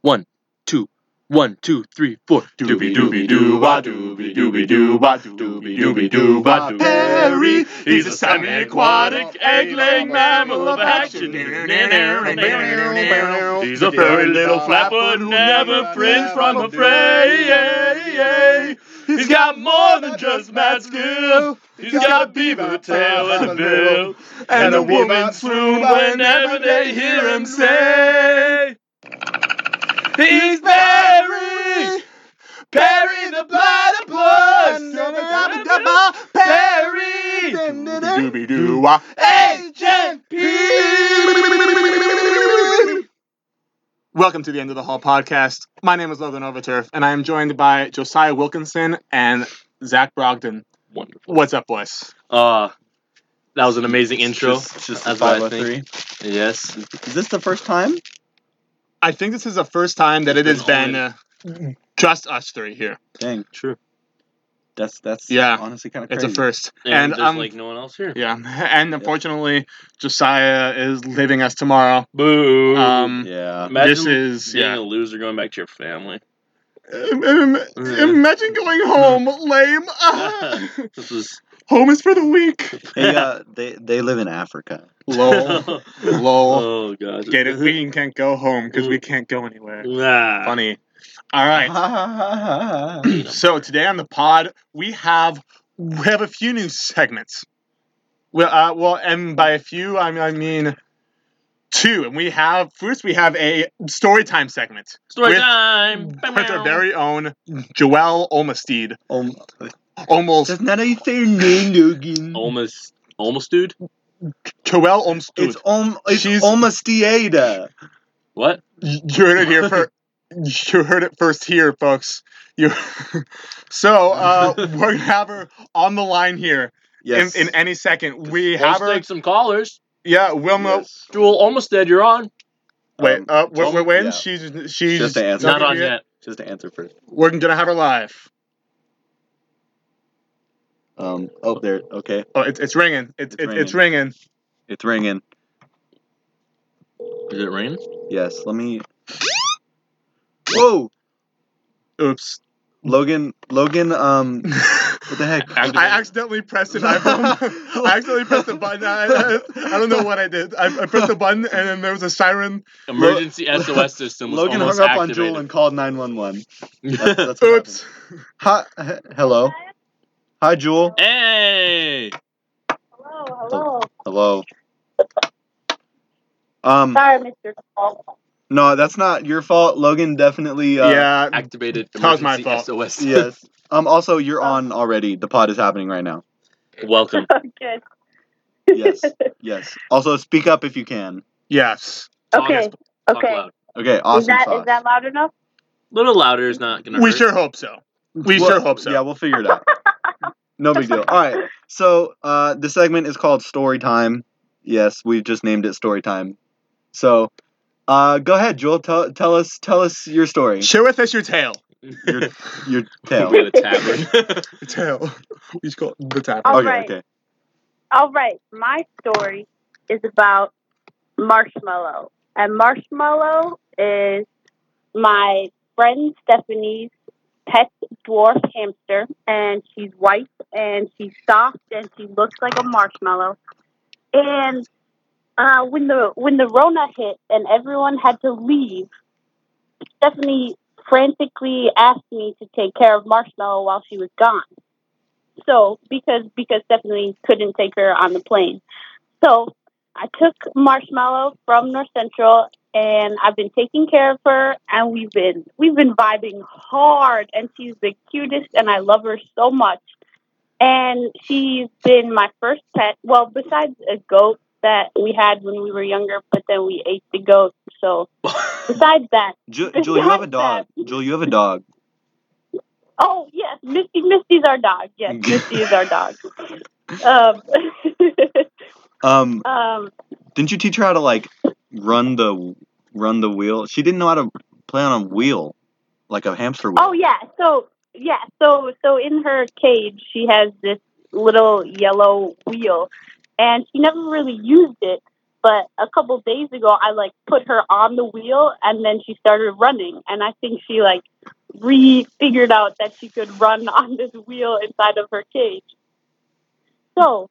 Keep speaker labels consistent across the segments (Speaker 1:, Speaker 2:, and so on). Speaker 1: one, two, one, two, three, four.
Speaker 2: Doobie doobie doo wah doobie doobie doo wah doobie doobie doo wah doo. Perry, he's a semi-aquatic egg-laying mammal of action. He's a furry little flapper who never fringe from a prey. He's got more than just mad skill. He's got a beaver tail and a bill, and a woman swoon whenever they hear him say, "He's Perry." Perry the platypus! Perry! Doobie doo wah! Agent P!
Speaker 3: Welcome to the End of the Hall podcast. My name is Logan Overturf, and I am joined by Josiah Wilkinson and Zach Brogdon.
Speaker 2: Wonderful.
Speaker 3: What's up, boys?
Speaker 2: Uh, that was an amazing intro.
Speaker 4: It's just
Speaker 2: That's
Speaker 4: That's
Speaker 2: what I
Speaker 4: 503.
Speaker 2: Yes.
Speaker 4: Is this the first time?
Speaker 3: I think this is the first time that it has been uh, just us three here.
Speaker 4: Dang,
Speaker 2: True.
Speaker 4: that's that's
Speaker 3: Yeah.
Speaker 4: honestly kind of
Speaker 3: It's
Speaker 4: crazy.
Speaker 3: a first,
Speaker 2: And,
Speaker 3: and,
Speaker 2: there's
Speaker 3: um,
Speaker 2: like no one else here.
Speaker 3: yeah, and unfortunately, Josiah is leaving us tomorrow.
Speaker 2: Boo!
Speaker 3: Um,
Speaker 4: Yeah,
Speaker 2: Imagine
Speaker 3: this is
Speaker 2: being
Speaker 3: yeah.
Speaker 2: a loser going back to your family.
Speaker 3: Um, um, Imagine going home, lame. Ah.
Speaker 2: This was
Speaker 3: home is for the weak.
Speaker 4: they, uh, they they live in Africa.
Speaker 3: Lol, lol.
Speaker 2: oh god.
Speaker 3: Get it? We can't go home because we can't go anywhere.
Speaker 2: Nah.
Speaker 3: Funny. All
Speaker 2: Uh-huh.
Speaker 3: right.
Speaker 4: Right.
Speaker 3: So today on the pod, we have we have a few new segments. Well, uh, well, and by a few, I mean, I mean two. And we have first we have a story time segment
Speaker 2: Story
Speaker 3: With-
Speaker 2: time.
Speaker 3: with our very own Joelle Olmstead.
Speaker 4: um,
Speaker 3: Almost
Speaker 4: that's not how you say your name, Logan.
Speaker 2: almost, almost, dude.
Speaker 3: Joelle Olmstead.
Speaker 4: it's om it's
Speaker 3: She's-
Speaker 4: almost theater.
Speaker 2: What?
Speaker 3: You heard it here first. You heard it first here, folks. You. so uh, we're gonna have her on the line here
Speaker 4: Yes,
Speaker 3: in, in any second. We
Speaker 2: Let's
Speaker 3: have her.
Speaker 2: take some callers.
Speaker 3: Yeah, Wilma.
Speaker 4: Yes.
Speaker 2: Jewel, almost dead. You're on.
Speaker 3: Wait,
Speaker 4: Um,
Speaker 3: uh, wh- wh-
Speaker 4: Wilma-
Speaker 3: when
Speaker 4: yeah.
Speaker 3: she's she's
Speaker 4: Just the answer.
Speaker 2: Not on
Speaker 3: Yeah.
Speaker 2: yet.
Speaker 4: just to answer first.
Speaker 3: We're gonna have her live.
Speaker 4: Um, oh, there. Okay,
Speaker 3: Oh, it's it's ringing. It's
Speaker 4: It's
Speaker 3: it's, it's ringing.
Speaker 4: it's ringing.
Speaker 2: Is it rain?
Speaker 4: Yes, let me. Whoa,
Speaker 3: Oops.
Speaker 4: Logan, Logan. Um, what the heck?
Speaker 3: I accidentally pressed an iPhone. I accidentally pressed the button. I, I, I don't know what I did. I, I pressed the button and then there was a siren.
Speaker 2: Emergency SOS system was
Speaker 4: Logan hung
Speaker 2: almost
Speaker 4: up on
Speaker 2: activated.
Speaker 4: Joel and called nine one one.
Speaker 3: Oops.
Speaker 4: Hi, he- hello. Hi, Jewel.
Speaker 2: hey,
Speaker 5: Hello,
Speaker 4: Hello.
Speaker 5: hello.
Speaker 4: Um,
Speaker 5: Sorry, Mr. Cole.
Speaker 4: no, that's not your fault. Logan definitely. Uh,
Speaker 3: yeah.
Speaker 2: activated
Speaker 3: That was my
Speaker 2: emergency
Speaker 3: fault.
Speaker 2: SOS.
Speaker 4: Yes. Um. Also, you're
Speaker 5: Oh.
Speaker 4: on already. The pod is happening right now.
Speaker 2: Welcome.
Speaker 5: Good.
Speaker 4: Yes. Yes. Also, speak up if you can.
Speaker 3: Yes.
Speaker 5: Okay,
Speaker 2: Talk
Speaker 5: okay.
Speaker 2: loud.
Speaker 4: Okay.
Speaker 5: is
Speaker 4: Awesome.
Speaker 5: that
Speaker 4: sauce.
Speaker 5: is that loud enough?
Speaker 2: little louder is not gonna.
Speaker 3: We
Speaker 2: hurt.
Speaker 3: sure hope so. We
Speaker 4: Well,
Speaker 3: sure hope so.
Speaker 4: Yeah, we'll figure it out. no big deal. All right. So uh, the segment is called Story Time. Yes, we've just named it Story Time. So uh, go ahead, Joel. Tell, tell us tell us your story.
Speaker 3: Share with us your tale.
Speaker 4: Your your tale.
Speaker 2: Go to tavern.
Speaker 3: Your tale. We just call it the tavern.
Speaker 5: All
Speaker 4: okay.
Speaker 5: right.
Speaker 4: Okay.
Speaker 5: All right, my story is about Marshmallow, and Marshmallow is my friend Stephanie's pet dwarf hamster, and she's white and she's soft and she looks like a marshmallow. And uh, when the when the Rona hit and everyone had to leave, Stephanie frantically asked me to take care of Marshmallow while she was gone so because because Stephanie couldn't take her on the plane. So I took Marshmallow from North Central and I've been taking care of her and we've been we've been vibing hard and she's the cutest and I love her so much. And she's been my first pet. Well, besides a goat that we had when we were younger, but then we ate the goat. So besides that,
Speaker 4: Ju- Jewel, you have a dog. Jewel, you have a dog.
Speaker 5: Oh yes, Misty. Misty's our dog. Yes, Misty is our dog. Um,
Speaker 4: Um,
Speaker 5: um,
Speaker 4: didn't you teach her how to like run the run the wheel? She didn't know how to play on a wheel, like a hamster wheel.
Speaker 5: oh yeah. So yeah. So so in her cage, she has this little yellow wheel, and she never really used it. But a couple days ago, I like put her on the wheel and then she started running. And I think she like re figured out that she could run on this wheel inside of her cage. So,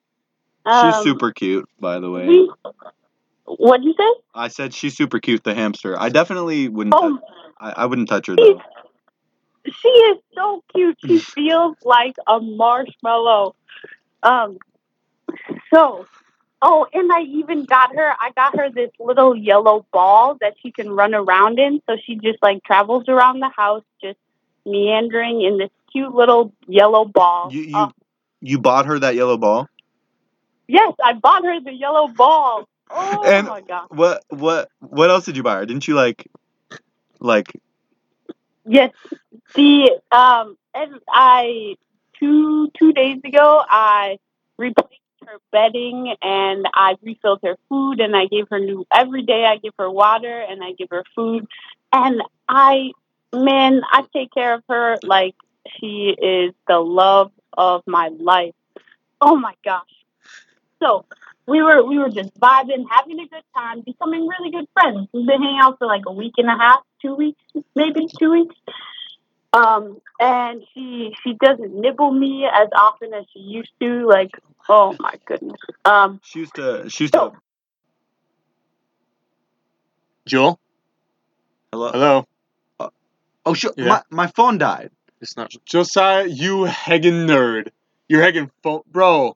Speaker 5: um,
Speaker 4: she's super cute, by the way.
Speaker 5: we- what'd you say?
Speaker 4: I said she's super cute, the hamster. I definitely wouldn't.
Speaker 5: Oh,
Speaker 4: tou- I, I wouldn't touch her
Speaker 5: she's,
Speaker 4: though.
Speaker 5: she is so cute. She feels like a marshmallow. Um, so, oh, and I even got her. I got her this little yellow ball that she can run around in. So she just like travels around the house, just meandering in this cute little yellow ball.
Speaker 4: You you
Speaker 5: Oh,
Speaker 4: you bought her that yellow ball.
Speaker 5: yes, I bought her the yellow ball. Oh
Speaker 4: And-
Speaker 5: my god!
Speaker 4: What what what else did you buy her? Didn't you like like
Speaker 5: Yes, the um, and I two two days ago I replaced her bedding and I refilled her food and I gave her new every day. I give her water and I give her food, and I man, I take care of her like she is the love of my life. Oh my gosh! So we were we were just vibing, having a good time, becoming really good friends. We've been hanging out for like a week and a half, two weeks, maybe two weeks. Um, and she she doesn't nibble me as often as she used to. Like, oh my goodness. Um,
Speaker 4: she used to she used to
Speaker 3: Jewel?
Speaker 4: hello
Speaker 3: Hello.
Speaker 4: oh shit
Speaker 3: Yeah.
Speaker 4: my, my phone died.
Speaker 2: It's not
Speaker 3: Josiah, you Hagen nerd. You're Hagen phone.
Speaker 6: Oh.
Speaker 3: Bro.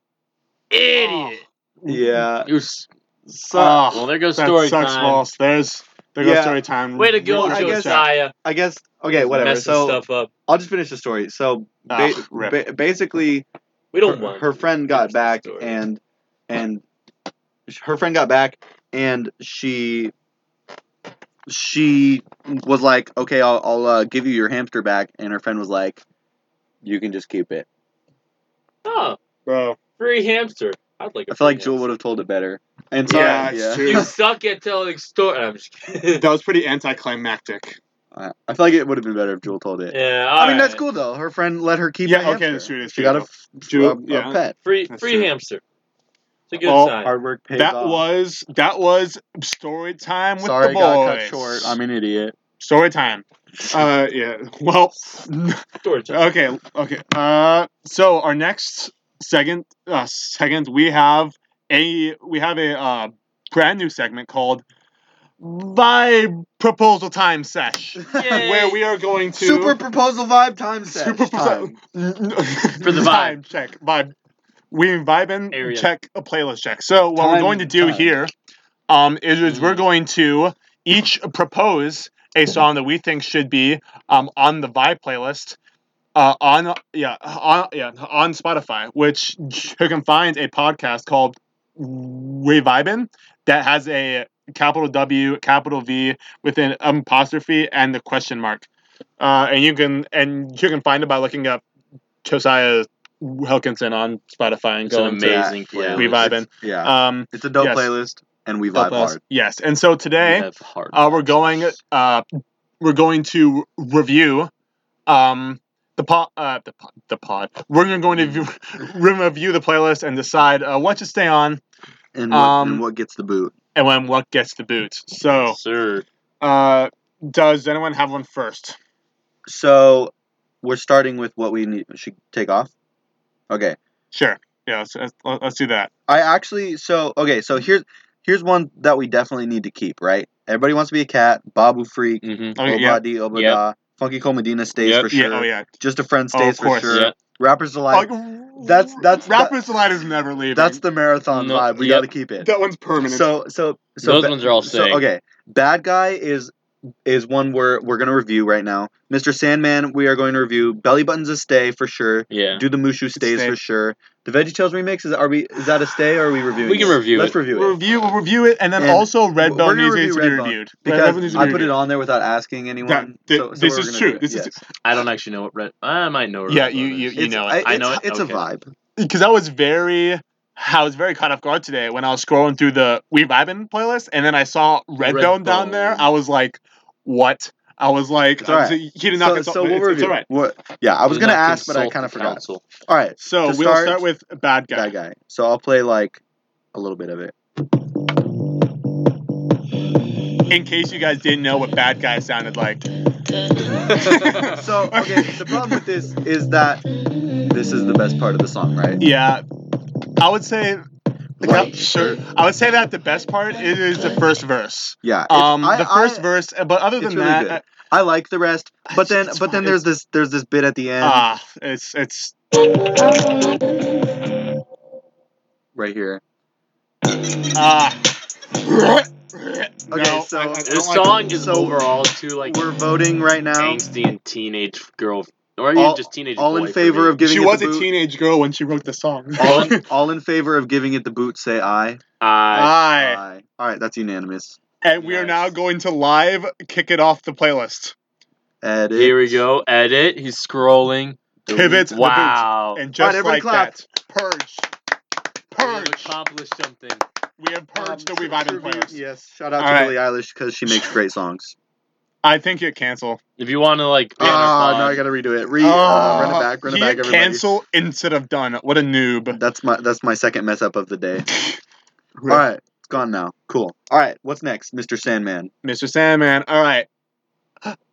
Speaker 2: idiot.
Speaker 4: Yeah.
Speaker 2: It was
Speaker 4: So
Speaker 3: Ah,
Speaker 6: Well, there goes
Speaker 3: that
Speaker 6: story
Speaker 3: sucks,
Speaker 6: time.
Speaker 3: Lost. There's. There goes
Speaker 4: Yeah.
Speaker 3: story time.
Speaker 6: Way to go,
Speaker 4: Well, I guess-
Speaker 6: Josiah.
Speaker 4: I guess okay
Speaker 6: Just
Speaker 4: whatever.
Speaker 6: Messing
Speaker 4: So
Speaker 6: stuff up.
Speaker 4: I'll just finish the story. So ba-
Speaker 3: Ah, rip.
Speaker 4: ba- basically
Speaker 6: We don't
Speaker 4: her,
Speaker 6: want
Speaker 4: her
Speaker 6: to
Speaker 4: friend
Speaker 6: finish
Speaker 4: got
Speaker 6: the
Speaker 4: back
Speaker 6: story.
Speaker 4: and and her friend got back and she she was like okay i'll, I'll uh, give you your hamster back and her friend was like you can just keep it
Speaker 6: Oh,
Speaker 3: Bro.
Speaker 6: free hamster. I'd like. a
Speaker 4: i feel
Speaker 6: free
Speaker 4: like jewel would have told it better and so
Speaker 3: Yeah,
Speaker 4: yeah,
Speaker 3: it's
Speaker 6: hamster. You
Speaker 3: true.
Speaker 6: suck at telling story. I'm just kidding.
Speaker 3: That was pretty anticlimactic.
Speaker 4: I, I feel like it would have been better if jewel told it
Speaker 6: yeah,
Speaker 4: i mean that's
Speaker 6: alright.
Speaker 4: cool though her friend let her keep
Speaker 3: Yeah,
Speaker 4: her
Speaker 3: okay,
Speaker 4: hamster.
Speaker 3: that's true, that's
Speaker 4: she
Speaker 3: true.
Speaker 4: got a, f-
Speaker 3: Jewel,
Speaker 4: a- a
Speaker 3: yeah.
Speaker 4: pet
Speaker 6: Free
Speaker 3: That's
Speaker 6: free
Speaker 3: true.
Speaker 6: hamster. It's a good
Speaker 3: Well,
Speaker 6: sign.
Speaker 4: hard work pays
Speaker 3: that
Speaker 4: off
Speaker 3: was that was story time with
Speaker 4: sorry
Speaker 3: the boys.
Speaker 4: got cut short i'm an idiot
Speaker 3: Story time. Uh, yeah. Well,
Speaker 6: Story time.
Speaker 3: okay, okay. Uh, so our next second uh, second we have a we have a uh, brand new segment called by proposal time sesh
Speaker 6: Yay.
Speaker 3: where we are going to
Speaker 4: super proposal vibe time set
Speaker 3: Super proposal-
Speaker 4: time.
Speaker 3: for
Speaker 6: the vibe.
Speaker 3: time check vibe we vibe and
Speaker 6: Area.
Speaker 3: check a playlist check so what
Speaker 4: Time,
Speaker 3: we're going to do
Speaker 4: time.
Speaker 3: here um is, is we're
Speaker 6: Mm.
Speaker 3: going to each propose a song that we think should be um on the vibe playlist uh, on yeah on yeah on Spotify, which you can find a podcast called Revibin that has a capital W, capital V with an apostrophe and the question mark, uh, and you can and you can find it by looking up Josiah Wilkinson on Spotify and
Speaker 6: It's an
Speaker 3: going to
Speaker 6: amazing
Speaker 4: yeah,
Speaker 6: playlist.
Speaker 4: it's-
Speaker 3: Revibin.
Speaker 4: yeah
Speaker 3: Um,
Speaker 4: It's a dope
Speaker 3: Yes.
Speaker 4: Uh, playlist, and we
Speaker 3: help
Speaker 4: vibe
Speaker 3: us.
Speaker 4: hard.
Speaker 3: Yes, and so today
Speaker 6: We have hard
Speaker 3: uh, we're
Speaker 6: vibes.
Speaker 3: going uh, we're going to review um the pod uh the, po- the pod we're going to view, review the playlist and decide uh, what to stay on
Speaker 4: And what,
Speaker 3: Um,
Speaker 4: and what gets the boot?
Speaker 3: and when what gets the boot so
Speaker 4: Oh.
Speaker 6: Sir.
Speaker 3: uh does anyone have one first
Speaker 4: So we're starting with what we need. Should take off. Okay.
Speaker 3: sure yeah let's, let's, let's do that
Speaker 4: I actually. So okay. So here's here's one that we definitely need to keep. Right. Everybody wants to be a cat. Babu freak.
Speaker 6: Mm-hmm.
Speaker 4: Oba
Speaker 3: okay Oh, yeah
Speaker 4: dee oba
Speaker 6: Yep.
Speaker 4: da. Funky Cole Medina stays
Speaker 6: Yep.
Speaker 4: for
Speaker 3: yeah
Speaker 4: sure.
Speaker 3: oh yeah
Speaker 4: Just a friend
Speaker 3: Oh, of
Speaker 4: stays for
Speaker 3: course.
Speaker 4: sure.
Speaker 6: Yep.
Speaker 4: Rappers delight. that's- that's-
Speaker 3: rappers delight is never leaving
Speaker 4: That's the marathon
Speaker 6: No,
Speaker 4: vibe. We
Speaker 6: yep.
Speaker 4: got to keep it.
Speaker 3: that one's permanent
Speaker 4: So so so
Speaker 6: Those
Speaker 4: ba-
Speaker 6: ones are all
Speaker 4: so
Speaker 6: sick.
Speaker 4: okay. Bad guy is is one we're we're gonna review right now. Mr. Sandman, we are going to review. Belly buttons a stay for sure.
Speaker 6: Yeah.
Speaker 4: Do the Mushu stays
Speaker 3: Stay.
Speaker 4: for sure. The VeggieTales remix is are we is that a stay or are we reviewing?
Speaker 6: We can
Speaker 4: it?
Speaker 6: review
Speaker 4: Let's
Speaker 6: it.
Speaker 4: review
Speaker 3: We'll
Speaker 4: it
Speaker 3: review we'll review it and then
Speaker 4: And
Speaker 3: also
Speaker 4: we're
Speaker 3: Redbone
Speaker 4: gonna
Speaker 3: needs
Speaker 4: review
Speaker 3: to be
Speaker 4: Redbone
Speaker 3: reviewed
Speaker 4: because
Speaker 3: Redbone needs to be
Speaker 4: I put it
Speaker 3: reviewed.
Speaker 4: on there without asking anyone.
Speaker 3: That-
Speaker 4: so, so
Speaker 3: this
Speaker 4: we're
Speaker 3: is
Speaker 4: gonna
Speaker 3: true.
Speaker 4: do it.
Speaker 3: This is
Speaker 4: Yes.
Speaker 6: I don't actually know what red. I might know. What
Speaker 3: Yeah,
Speaker 6: Red
Speaker 3: you-
Speaker 6: Bone is.
Speaker 3: you-
Speaker 4: it's,
Speaker 3: know it.
Speaker 4: I, it's,
Speaker 6: I know it.
Speaker 4: It's
Speaker 6: Okay.
Speaker 4: a vibe.
Speaker 3: because I was very I was very caught off guard today when I was scrolling through the We Vibin playlist and then I saw Redbone down there.
Speaker 6: Redbone.
Speaker 3: I was like, what? I was like,
Speaker 4: It's all right.
Speaker 3: I was- he did not
Speaker 4: So,
Speaker 3: consult.
Speaker 4: so
Speaker 3: it's,
Speaker 4: we'll
Speaker 3: it's
Speaker 4: review.
Speaker 3: all right.
Speaker 4: What? Yeah, I was
Speaker 6: Did
Speaker 4: gonna
Speaker 6: not
Speaker 4: ask, but I
Speaker 6: consult
Speaker 4: kind
Speaker 6: the
Speaker 4: of forgot.
Speaker 6: council.
Speaker 4: All right,
Speaker 3: So
Speaker 4: To
Speaker 3: we'll
Speaker 4: start-
Speaker 3: start with Bad Guy.
Speaker 4: that guy. So I'll play like a little bit of it.
Speaker 3: in case you guys didn't know what bad guy sounded like.
Speaker 4: So okay, the problem with this is that this is the best part of the song, right?
Speaker 3: Yeah, I would say.
Speaker 4: Right.
Speaker 3: Sure. I would say that the best part it is the first verse.
Speaker 4: Yeah. it's-
Speaker 3: Um,
Speaker 4: I-
Speaker 3: the
Speaker 4: I-
Speaker 3: first verse, but other
Speaker 4: it's
Speaker 3: than
Speaker 4: really
Speaker 3: that,
Speaker 4: good. I like the rest, but
Speaker 3: It's-
Speaker 4: then
Speaker 3: it's
Speaker 4: but then
Speaker 3: fine.
Speaker 4: there's this there's this bit at the end
Speaker 3: ah, it's it's
Speaker 4: right here.
Speaker 3: ah.
Speaker 4: Okay,
Speaker 3: No,
Speaker 4: so
Speaker 3: I- I- I don't
Speaker 6: This
Speaker 3: like-
Speaker 6: song is
Speaker 4: so
Speaker 6: overall too like
Speaker 4: We're voting right now.
Speaker 6: angsty and teenage girl, or even
Speaker 4: All-
Speaker 6: just teenage.
Speaker 4: All
Speaker 6: boy
Speaker 4: in
Speaker 6: for me.
Speaker 4: favor of giving
Speaker 3: she
Speaker 4: it
Speaker 3: was
Speaker 4: the
Speaker 3: a
Speaker 4: boot.
Speaker 3: teenage girl when she wrote the song.
Speaker 4: all, in, all in favor of giving it the boot. Say aye.
Speaker 6: I
Speaker 3: Aye.
Speaker 4: All right, that's unanimous.
Speaker 3: And we are now
Speaker 6: Nice.
Speaker 3: going to live kick it off the playlist.
Speaker 4: Edit.
Speaker 6: here we go. Edit. He's scrolling.
Speaker 4: Delete.
Speaker 3: Pivot. The
Speaker 6: Wow.
Speaker 3: And just
Speaker 4: everybody
Speaker 3: like
Speaker 4: clap.
Speaker 3: that, purge.
Speaker 6: We have
Speaker 3: Purge.
Speaker 6: accomplished something.
Speaker 3: We have
Speaker 4: Um,
Speaker 3: purged the
Speaker 4: so
Speaker 3: We've Ivan
Speaker 4: tribute-
Speaker 3: playlist.
Speaker 4: Yes. Shout out
Speaker 3: All
Speaker 4: to
Speaker 3: right.
Speaker 4: Billie Eilish because she makes great songs.
Speaker 3: I think you cancel.
Speaker 6: If you want to like, ban
Speaker 4: Ah,
Speaker 6: our
Speaker 4: now I
Speaker 6: pod,
Speaker 4: gotta redo it. Re, uh,
Speaker 3: Oh,
Speaker 4: run it back. Run it
Speaker 3: he
Speaker 4: back. Everybody.
Speaker 3: Cancel instead of done. What a noob.
Speaker 4: That's my that's my second mess up of the day. All right, it's gone now. Cool. All right, what's next, Mr. Sandman?
Speaker 3: Mr. Sandman. All right.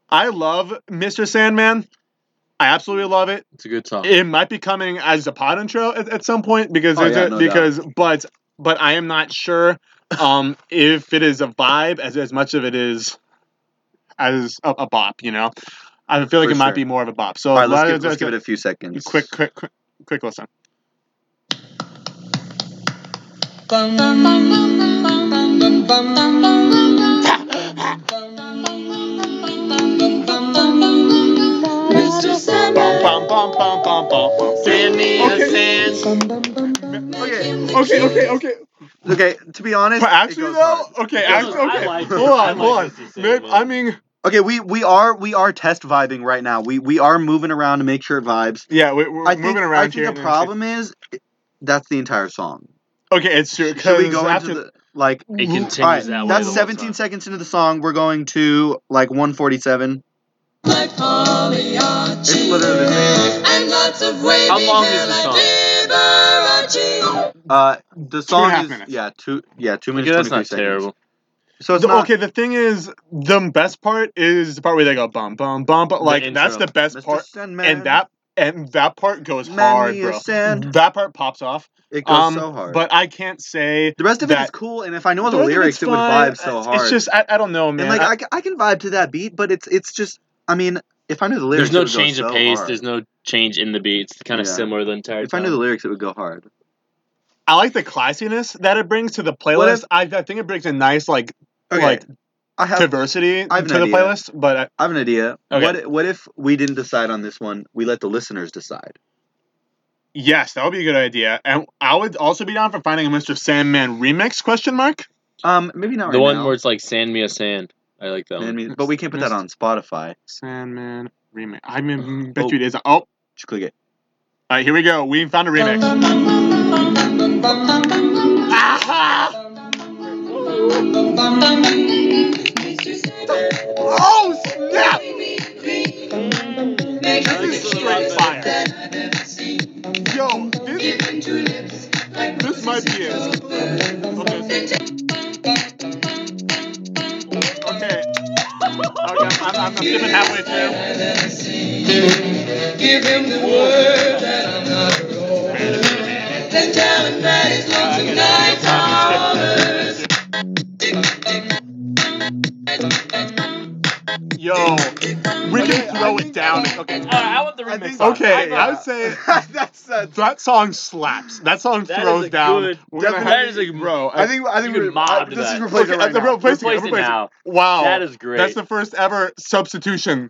Speaker 3: I love Mr. Sandman. I absolutely love it.
Speaker 6: it's a good song.
Speaker 3: It might be coming as a pod intro at, at some point because
Speaker 4: Oh,
Speaker 3: there's
Speaker 4: yeah,
Speaker 3: a,
Speaker 4: no
Speaker 3: because but but I am not sure um if it is a vibe as as much of it is as a, a bop, you know. I feel like
Speaker 4: For
Speaker 3: it might
Speaker 4: sure.
Speaker 3: be more of a bop. So
Speaker 4: All right,
Speaker 3: let-
Speaker 4: let's, give, let's
Speaker 3: let's
Speaker 4: give it
Speaker 3: get-
Speaker 4: a few seconds.
Speaker 3: quick quick quick quick listen.
Speaker 7: Mr.
Speaker 3: Bum,
Speaker 7: Sandman,
Speaker 3: bum, bum, bum, bum, bum, bum.
Speaker 6: Send me
Speaker 3: Okay.
Speaker 6: a sand.
Speaker 4: Okay,
Speaker 3: Okay, okay, okay.
Speaker 4: okay. To be honest,
Speaker 3: But
Speaker 4: it
Speaker 3: actually
Speaker 4: goes
Speaker 3: though,
Speaker 4: hard.
Speaker 3: okay,
Speaker 6: It
Speaker 3: actually,
Speaker 6: goes- I
Speaker 3: okay.
Speaker 6: like-
Speaker 3: hold
Speaker 6: I like
Speaker 3: on, hold on.
Speaker 6: Mr.
Speaker 3: Maybe,
Speaker 6: Sandman.
Speaker 3: I mean,
Speaker 4: Okay, we we are we are test vibing right now. We we are moving around to make sure it vibes.
Speaker 3: yeah, we, we're
Speaker 4: I think,
Speaker 3: moving around
Speaker 4: I think
Speaker 3: here.
Speaker 4: the
Speaker 3: and-
Speaker 4: problem is that's the entire song.
Speaker 3: Okay, it's true.
Speaker 4: Should we
Speaker 3: Because
Speaker 4: go
Speaker 3: after
Speaker 4: into the like?
Speaker 6: It continues
Speaker 4: All right,
Speaker 6: that way. the
Speaker 4: that's
Speaker 6: whole
Speaker 4: 17
Speaker 6: time.
Speaker 4: seconds into the song. We're going to like 147.
Speaker 7: like
Speaker 4: It's
Speaker 7: Mariachi,
Speaker 4: literally the same.
Speaker 7: and lots of wavy
Speaker 6: How long is
Speaker 7: hair
Speaker 6: the
Speaker 7: like
Speaker 6: song?
Speaker 7: Liberace.
Speaker 4: Uh, the song
Speaker 3: half
Speaker 4: is
Speaker 3: minutes.
Speaker 4: yeah two yeah two
Speaker 6: Okay,
Speaker 4: minutes
Speaker 6: that's
Speaker 4: twenty three
Speaker 6: not
Speaker 4: seconds.
Speaker 6: terrible.
Speaker 4: So it's
Speaker 3: The-
Speaker 4: not
Speaker 3: okay, the thing is, the best part is the part where they go bum bum bum, but
Speaker 6: The
Speaker 3: like that's
Speaker 6: intro.
Speaker 3: the best
Speaker 4: Mr.
Speaker 3: part,
Speaker 4: Sandman,
Speaker 3: and that and that part goes
Speaker 4: man,
Speaker 3: hard,
Speaker 4: we
Speaker 3: bro.
Speaker 4: are sand.
Speaker 3: That part pops off.
Speaker 4: It goes
Speaker 3: Um,
Speaker 4: so hard.
Speaker 3: but I can't say
Speaker 4: the rest of it is
Speaker 3: that-
Speaker 4: cool, and if I know
Speaker 3: The
Speaker 4: the
Speaker 3: rest of
Speaker 4: lyrics,
Speaker 3: it's
Speaker 4: it would
Speaker 3: fine.
Speaker 4: vibe so
Speaker 3: It's-
Speaker 4: hard.
Speaker 3: It's just I, I don't know, man.
Speaker 4: and like
Speaker 3: I-
Speaker 4: I, ca- I can vibe to that beat, but it's it's just I mean if I knew the lyrics,
Speaker 6: There's no
Speaker 4: it would go
Speaker 6: change of
Speaker 4: so
Speaker 6: pace.
Speaker 4: hard.
Speaker 6: There's no change in the beat. It's kind of
Speaker 4: Yeah.
Speaker 6: similar the entire
Speaker 4: if I
Speaker 6: time.
Speaker 4: knew the lyrics, it would go hard.
Speaker 3: I like the classiness that it brings to the
Speaker 4: What if-
Speaker 3: playlist. I, I think it brings a nice like
Speaker 4: Okay,
Speaker 3: like
Speaker 4: I have
Speaker 3: diversity
Speaker 4: I have an
Speaker 3: to the
Speaker 4: idea.
Speaker 3: playlist. But I,
Speaker 4: I have an idea.
Speaker 3: Okay.
Speaker 4: What what if we didn't decide on this one? We let the listeners decide.
Speaker 3: yes, that would be a good idea. And I would also be down for finding a Mr. Sandman remix question mark.
Speaker 4: Um, maybe not
Speaker 6: The
Speaker 4: right
Speaker 6: one
Speaker 4: now.
Speaker 6: where it's like sand me a sand. I like that
Speaker 4: Man,
Speaker 6: one.
Speaker 4: me- but we can't put that on Spotify.
Speaker 3: Sandman remix. I mean, bet
Speaker 4: Oh.
Speaker 3: you it is. Oh,
Speaker 4: Just click it.
Speaker 3: All right, here we go. We found a remix. Ah-ha! Oh snap! This is straight fire. Yo, this, this might be it. Okay. Okay. Okay, I'm, I'm, I'm skipping halfway through.
Speaker 7: Give him the word that I'm not alone. Then tell him that his lonesome nights are all hers.
Speaker 3: Yo, we
Speaker 4: Okay,
Speaker 3: can throw
Speaker 4: I
Speaker 3: it
Speaker 4: think-
Speaker 3: down. Okay.
Speaker 6: All right, I want the
Speaker 4: I think-
Speaker 6: remix. on.
Speaker 3: Okay,
Speaker 6: I,
Speaker 3: I would say
Speaker 4: that's uh,
Speaker 3: that song slaps. That song
Speaker 6: That is
Speaker 3: throws
Speaker 6: a
Speaker 3: down.
Speaker 6: good-
Speaker 3: We're gonna
Speaker 4: definitely-
Speaker 6: that
Speaker 3: have-
Speaker 6: is a
Speaker 3: bro.
Speaker 4: I think I think
Speaker 6: You
Speaker 4: we're
Speaker 6: can mob
Speaker 4: I,
Speaker 6: to
Speaker 4: this is
Speaker 6: that.
Speaker 4: replaced
Speaker 3: Okay,
Speaker 4: it right
Speaker 3: the real
Speaker 4: now.
Speaker 3: place-
Speaker 6: replace it
Speaker 3: replace it.
Speaker 6: now.
Speaker 3: wow.
Speaker 6: That is great.
Speaker 3: That's the first ever substitution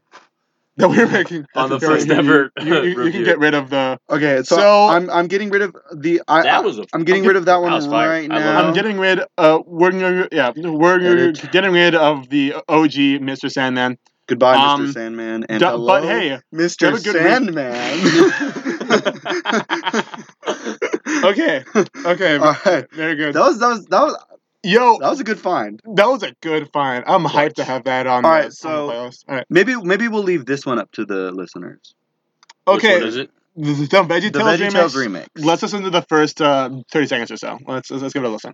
Speaker 3: that we're making.
Speaker 6: on the
Speaker 4: That's
Speaker 6: first
Speaker 3: Here,
Speaker 6: ever.
Speaker 3: You, you, you, you can
Speaker 6: review.
Speaker 3: get rid of the.
Speaker 4: Okay, so,
Speaker 3: So-
Speaker 4: I'm I'm getting rid of the I, I
Speaker 6: That was a.
Speaker 4: I'm getting
Speaker 3: I'm
Speaker 4: rid of that one
Speaker 6: that was fire.
Speaker 4: right
Speaker 6: I love
Speaker 4: now.
Speaker 6: it.
Speaker 3: I'm getting rid. Uh, we're gonna- yeah, we're gonna-
Speaker 4: Edit.
Speaker 3: getting rid of the OG Mr. Sandman.
Speaker 4: Goodbye, Mr.
Speaker 3: um,
Speaker 4: Sandman, and
Speaker 3: Du-
Speaker 4: hello,
Speaker 3: but hey, have
Speaker 4: Mr.
Speaker 3: a good week.
Speaker 4: Sandman.
Speaker 3: okay, okay,
Speaker 4: All right.
Speaker 3: very good.
Speaker 4: That was that was that was
Speaker 3: Uh, Yo,
Speaker 4: that was a good find.
Speaker 3: that was a good find. I'm hyped to have that on.
Speaker 4: All
Speaker 3: the,
Speaker 4: right,
Speaker 3: on the
Speaker 4: so-
Speaker 3: playlist. All right.
Speaker 4: Maybe maybe we'll leave this one up to the listeners.
Speaker 6: Which
Speaker 3: okay.
Speaker 6: one is it?
Speaker 3: The, the Veggie
Speaker 4: The
Speaker 3: Tales remix.
Speaker 4: VeggieTales remix.
Speaker 3: Let's listen to the first uh, 30 seconds or so. Let's let's, let's give it a listen.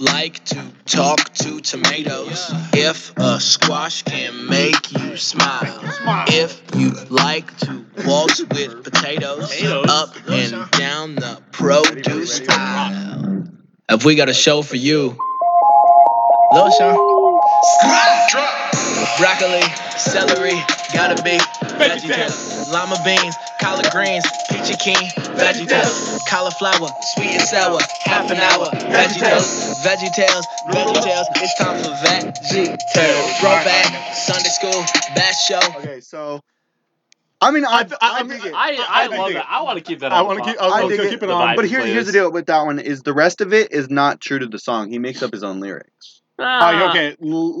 Speaker 8: like to talk to tomatoes. If a squash can make you smile. If you like to waltz with potatoes,
Speaker 6: Potatoes.
Speaker 8: up and down the produce aisle. Have we got a show for you? Lil Sean. Broccoli, celery, gotta be veggie tales. Lima beans, collard greens, peachy keen, veggie tales. Cauliflower, sweet and sour, half an hour, veggie tales. Veggie tales, veggie tales. It's time for veggie tales. Throw back, Sunday school, bash show.
Speaker 4: Okay, so I mean, um, I I,
Speaker 3: I
Speaker 4: dig
Speaker 3: dig
Speaker 4: it.
Speaker 6: I,
Speaker 3: I-
Speaker 6: I,
Speaker 3: I
Speaker 6: love
Speaker 3: dig
Speaker 6: it.
Speaker 3: it.
Speaker 6: I want to keep that on.
Speaker 3: I
Speaker 6: the
Speaker 3: want to
Speaker 6: pop.
Speaker 3: keep. I'll,
Speaker 4: I
Speaker 3: I'll
Speaker 4: dig
Speaker 3: keep
Speaker 4: it.
Speaker 3: it on.
Speaker 6: Divide.
Speaker 3: But
Speaker 4: But here, here's the deal with that one: is the rest of it is not true to the song. He makes up his own lyrics.
Speaker 3: all right,
Speaker 6: Ah,
Speaker 3: okay, l-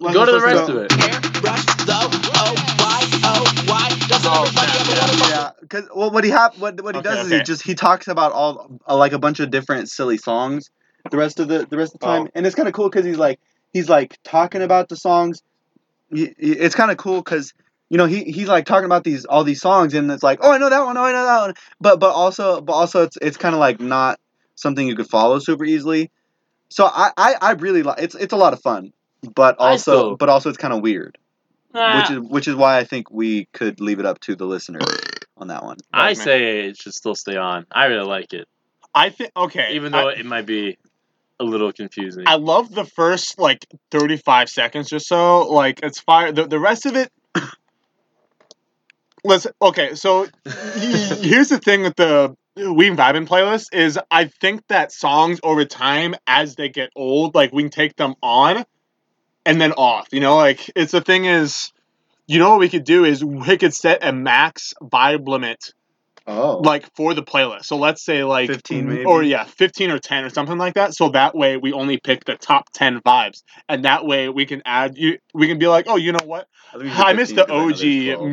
Speaker 4: Let's- let's- let's-
Speaker 6: Go to the
Speaker 4: let's-
Speaker 6: rest of it.
Speaker 8: Brush the oh why oh why doesn't everybody ever wanna fuck
Speaker 4: Yeah, because well, what he ha- what what he
Speaker 3: Okay,
Speaker 4: does is
Speaker 3: okay.
Speaker 4: he just he talks about all uh, like a bunch of different silly songs the rest of the the rest of the time,
Speaker 3: Oh.
Speaker 4: and it's kind of cool because he's like he's like talking about the songs. Y- y- It's kind of cool because you know he he's like talking about these all these songs, and it's like oh I know that one, oh I know that one, but but also but also it's it's kind of like not something you could follow super easily. So I I, I really like it's it's a lot of fun, but
Speaker 6: I
Speaker 4: also
Speaker 6: still-
Speaker 4: but also it's kind of weird,
Speaker 6: Ah,
Speaker 5: Uh,
Speaker 4: which is which is why I think we could leave it up to the listener on that one.
Speaker 6: I say it should still stay on. I really like it,
Speaker 3: I think okay.
Speaker 6: even
Speaker 3: I-
Speaker 6: though it might be a little confusing.
Speaker 3: I love the first like 35 seconds or so. Like it's fire. The, the rest of it. Listen, okay, so he- here's the thing with the We Vibin playlist is I think that songs over time as they get old, like we can take them on and then off. You know, like it's the thing is, you know what we could do is we could set a max vibe limit
Speaker 4: Oh,
Speaker 3: like for the playlist. So let's say like mm,
Speaker 4: 15 maybe?
Speaker 3: or yeah, 15 or 10 or something like that. So that way we only pick the top 10 vibes and that way we can add you we can be like, "Oh, you know what? I missed the OG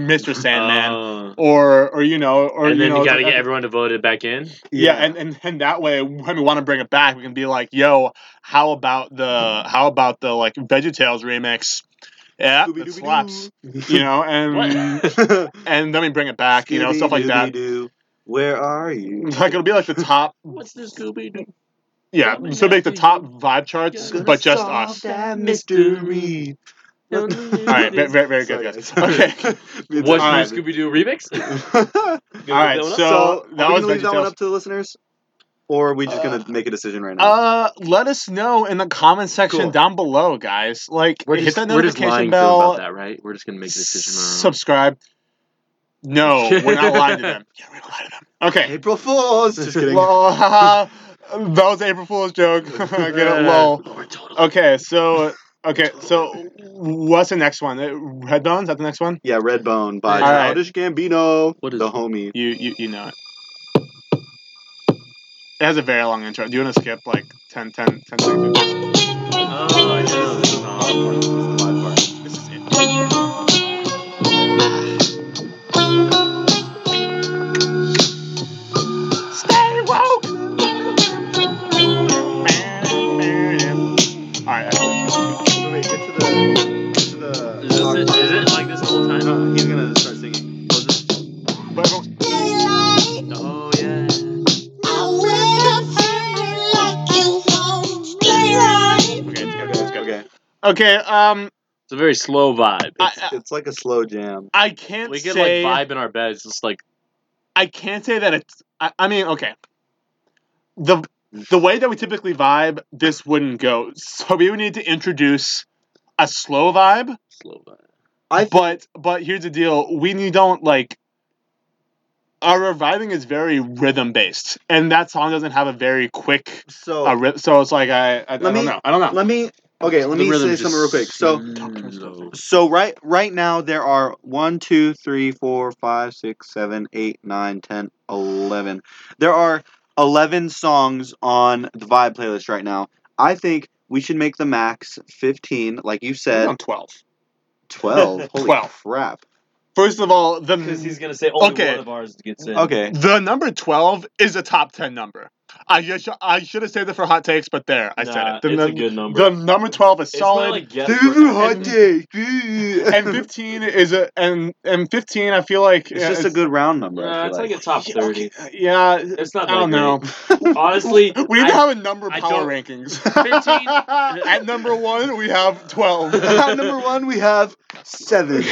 Speaker 3: Mr. Sandman."
Speaker 6: Oh.
Speaker 3: Or, or you know, or
Speaker 6: and
Speaker 3: you
Speaker 6: then
Speaker 3: know,
Speaker 6: you
Speaker 3: it's
Speaker 6: got to
Speaker 3: like,
Speaker 6: get
Speaker 3: okay.
Speaker 6: everyone to vote it back in.
Speaker 3: yeah, and, and and that way, when we want to bring it back, we can be like, "Yo, how about the how about the like VeggieTales remix? Yeah, it slaps, you know." And
Speaker 4: know,
Speaker 3: and then we bring it back, you know, stuff like that. Mm,
Speaker 4: Where are you?
Speaker 3: Like it'll be like the top
Speaker 6: What's this Scooby Doo?
Speaker 3: Yeah,
Speaker 6: Probably
Speaker 3: so
Speaker 6: not
Speaker 3: make the
Speaker 6: for
Speaker 3: top
Speaker 6: you.
Speaker 3: vibe charts,
Speaker 6: Gonna
Speaker 3: but just us.
Speaker 4: that
Speaker 6: mystery.
Speaker 4: All
Speaker 3: All right, very, very, very good, guys. Okay,
Speaker 6: What's
Speaker 3: All
Speaker 6: new Scooby Doo remix?
Speaker 4: All
Speaker 3: all right.
Speaker 6: So,
Speaker 3: So
Speaker 4: are
Speaker 3: that
Speaker 4: we
Speaker 3: was
Speaker 4: gonna leave that one
Speaker 3: VeggieTales.
Speaker 4: up to the listeners, or are we just gonna
Speaker 3: Uh,
Speaker 4: make a decision right now?
Speaker 3: Uh, let us know in the comment section
Speaker 4: Cool.
Speaker 3: down below, guys. Like,
Speaker 6: we're
Speaker 3: hit
Speaker 6: just,
Speaker 3: that
Speaker 6: we're just lying
Speaker 3: notification
Speaker 6: to them about
Speaker 3: bell.
Speaker 6: that, right? We're just gonna make a decision on our own.
Speaker 3: Subscribe. No, we're not lying to them. Yeah, we're not lying to them. Okay.
Speaker 4: April Fools. Just kidding.
Speaker 3: Lol, haha. that was April Fool's joke. Get it? Lol.
Speaker 6: We're totally-
Speaker 3: Okay, so okay, so what's the next one? Red Dawn? Is that the next one?
Speaker 4: yeah, Redbone by
Speaker 6: All
Speaker 3: right.
Speaker 4: Childish Gambino,
Speaker 6: What is-
Speaker 4: the homie.
Speaker 3: You you you know it. It has a very long intro. Do you want to skip like 10, 10, 10 seconds?
Speaker 6: Oh, I know this song.
Speaker 3: This is it. Stay woke. All right. that's
Speaker 4: So wait, get to the, get to the.
Speaker 6: Is, this it, is it like this the whole time?
Speaker 4: No, he's gonna start singing.
Speaker 3: it. But everyone-
Speaker 6: Oh yeah.
Speaker 4: Okay, okay,
Speaker 3: Okay, okay, that's good.
Speaker 4: okay.
Speaker 3: Okay. Um,
Speaker 6: It's a very slow vibe.
Speaker 3: I
Speaker 4: It's,
Speaker 3: I,
Speaker 4: it's like a slow jam.
Speaker 3: I can't
Speaker 6: we could
Speaker 3: say
Speaker 6: like vibe in our beds, just like
Speaker 3: I can't say that it's. I, I mean, okay. The the way that we typically vibe, this wouldn't go. So we would need to introduce a slow vibe.
Speaker 6: slow vibe.
Speaker 4: I think
Speaker 3: but but here's the deal: we need- don't like our reviving is very rhythm based, and that song doesn't have a very quick.
Speaker 4: so.
Speaker 3: Uh, ry- so it's like I
Speaker 4: Oh.
Speaker 3: I, I
Speaker 4: Let
Speaker 3: don't
Speaker 4: me-
Speaker 3: know I don't know.
Speaker 4: Let me. Okay, let
Speaker 6: The
Speaker 4: me
Speaker 6: rhythm
Speaker 4: say
Speaker 6: just
Speaker 4: something real quick. So,
Speaker 6: slow.
Speaker 4: so right right now there are one, two, three, four, five, six, seven, eight, nine, ten, eleven. There are eleven songs on the Vibe playlist right now. I think we should make the max fifteen, like you
Speaker 3: We're
Speaker 4: said,
Speaker 3: on twelve.
Speaker 4: twelve. Holy
Speaker 3: 12.
Speaker 4: crap!
Speaker 3: First of all, the
Speaker 2: Because he's gonna say only
Speaker 3: Okay.
Speaker 2: one of ours gets in.
Speaker 4: Okay.
Speaker 3: the number twelve is a top ten number. I just, I should have saved it for hot takes, but there I said
Speaker 2: Nah,
Speaker 3: it. The,
Speaker 2: it's a
Speaker 3: num-
Speaker 2: good number.
Speaker 3: the number twelve is
Speaker 2: It's not
Speaker 3: solid.
Speaker 2: like guess
Speaker 4: This
Speaker 2: work.
Speaker 4: is a hot
Speaker 3: and-
Speaker 4: take.
Speaker 3: and 15 is a and and 15 i feel like
Speaker 4: It's just a good round number.
Speaker 2: Nah,
Speaker 4: I
Speaker 2: Uh, it's
Speaker 4: feel
Speaker 2: like a
Speaker 4: like.
Speaker 2: top thirty.
Speaker 3: yeah
Speaker 2: It's not
Speaker 3: i
Speaker 2: that
Speaker 3: don't know
Speaker 2: great. Honestly,
Speaker 3: we need to
Speaker 2: I-
Speaker 3: have a number
Speaker 2: I
Speaker 3: power
Speaker 2: don't-
Speaker 3: rankings
Speaker 2: 15
Speaker 3: at number one we have 12
Speaker 4: At number one, we have seven.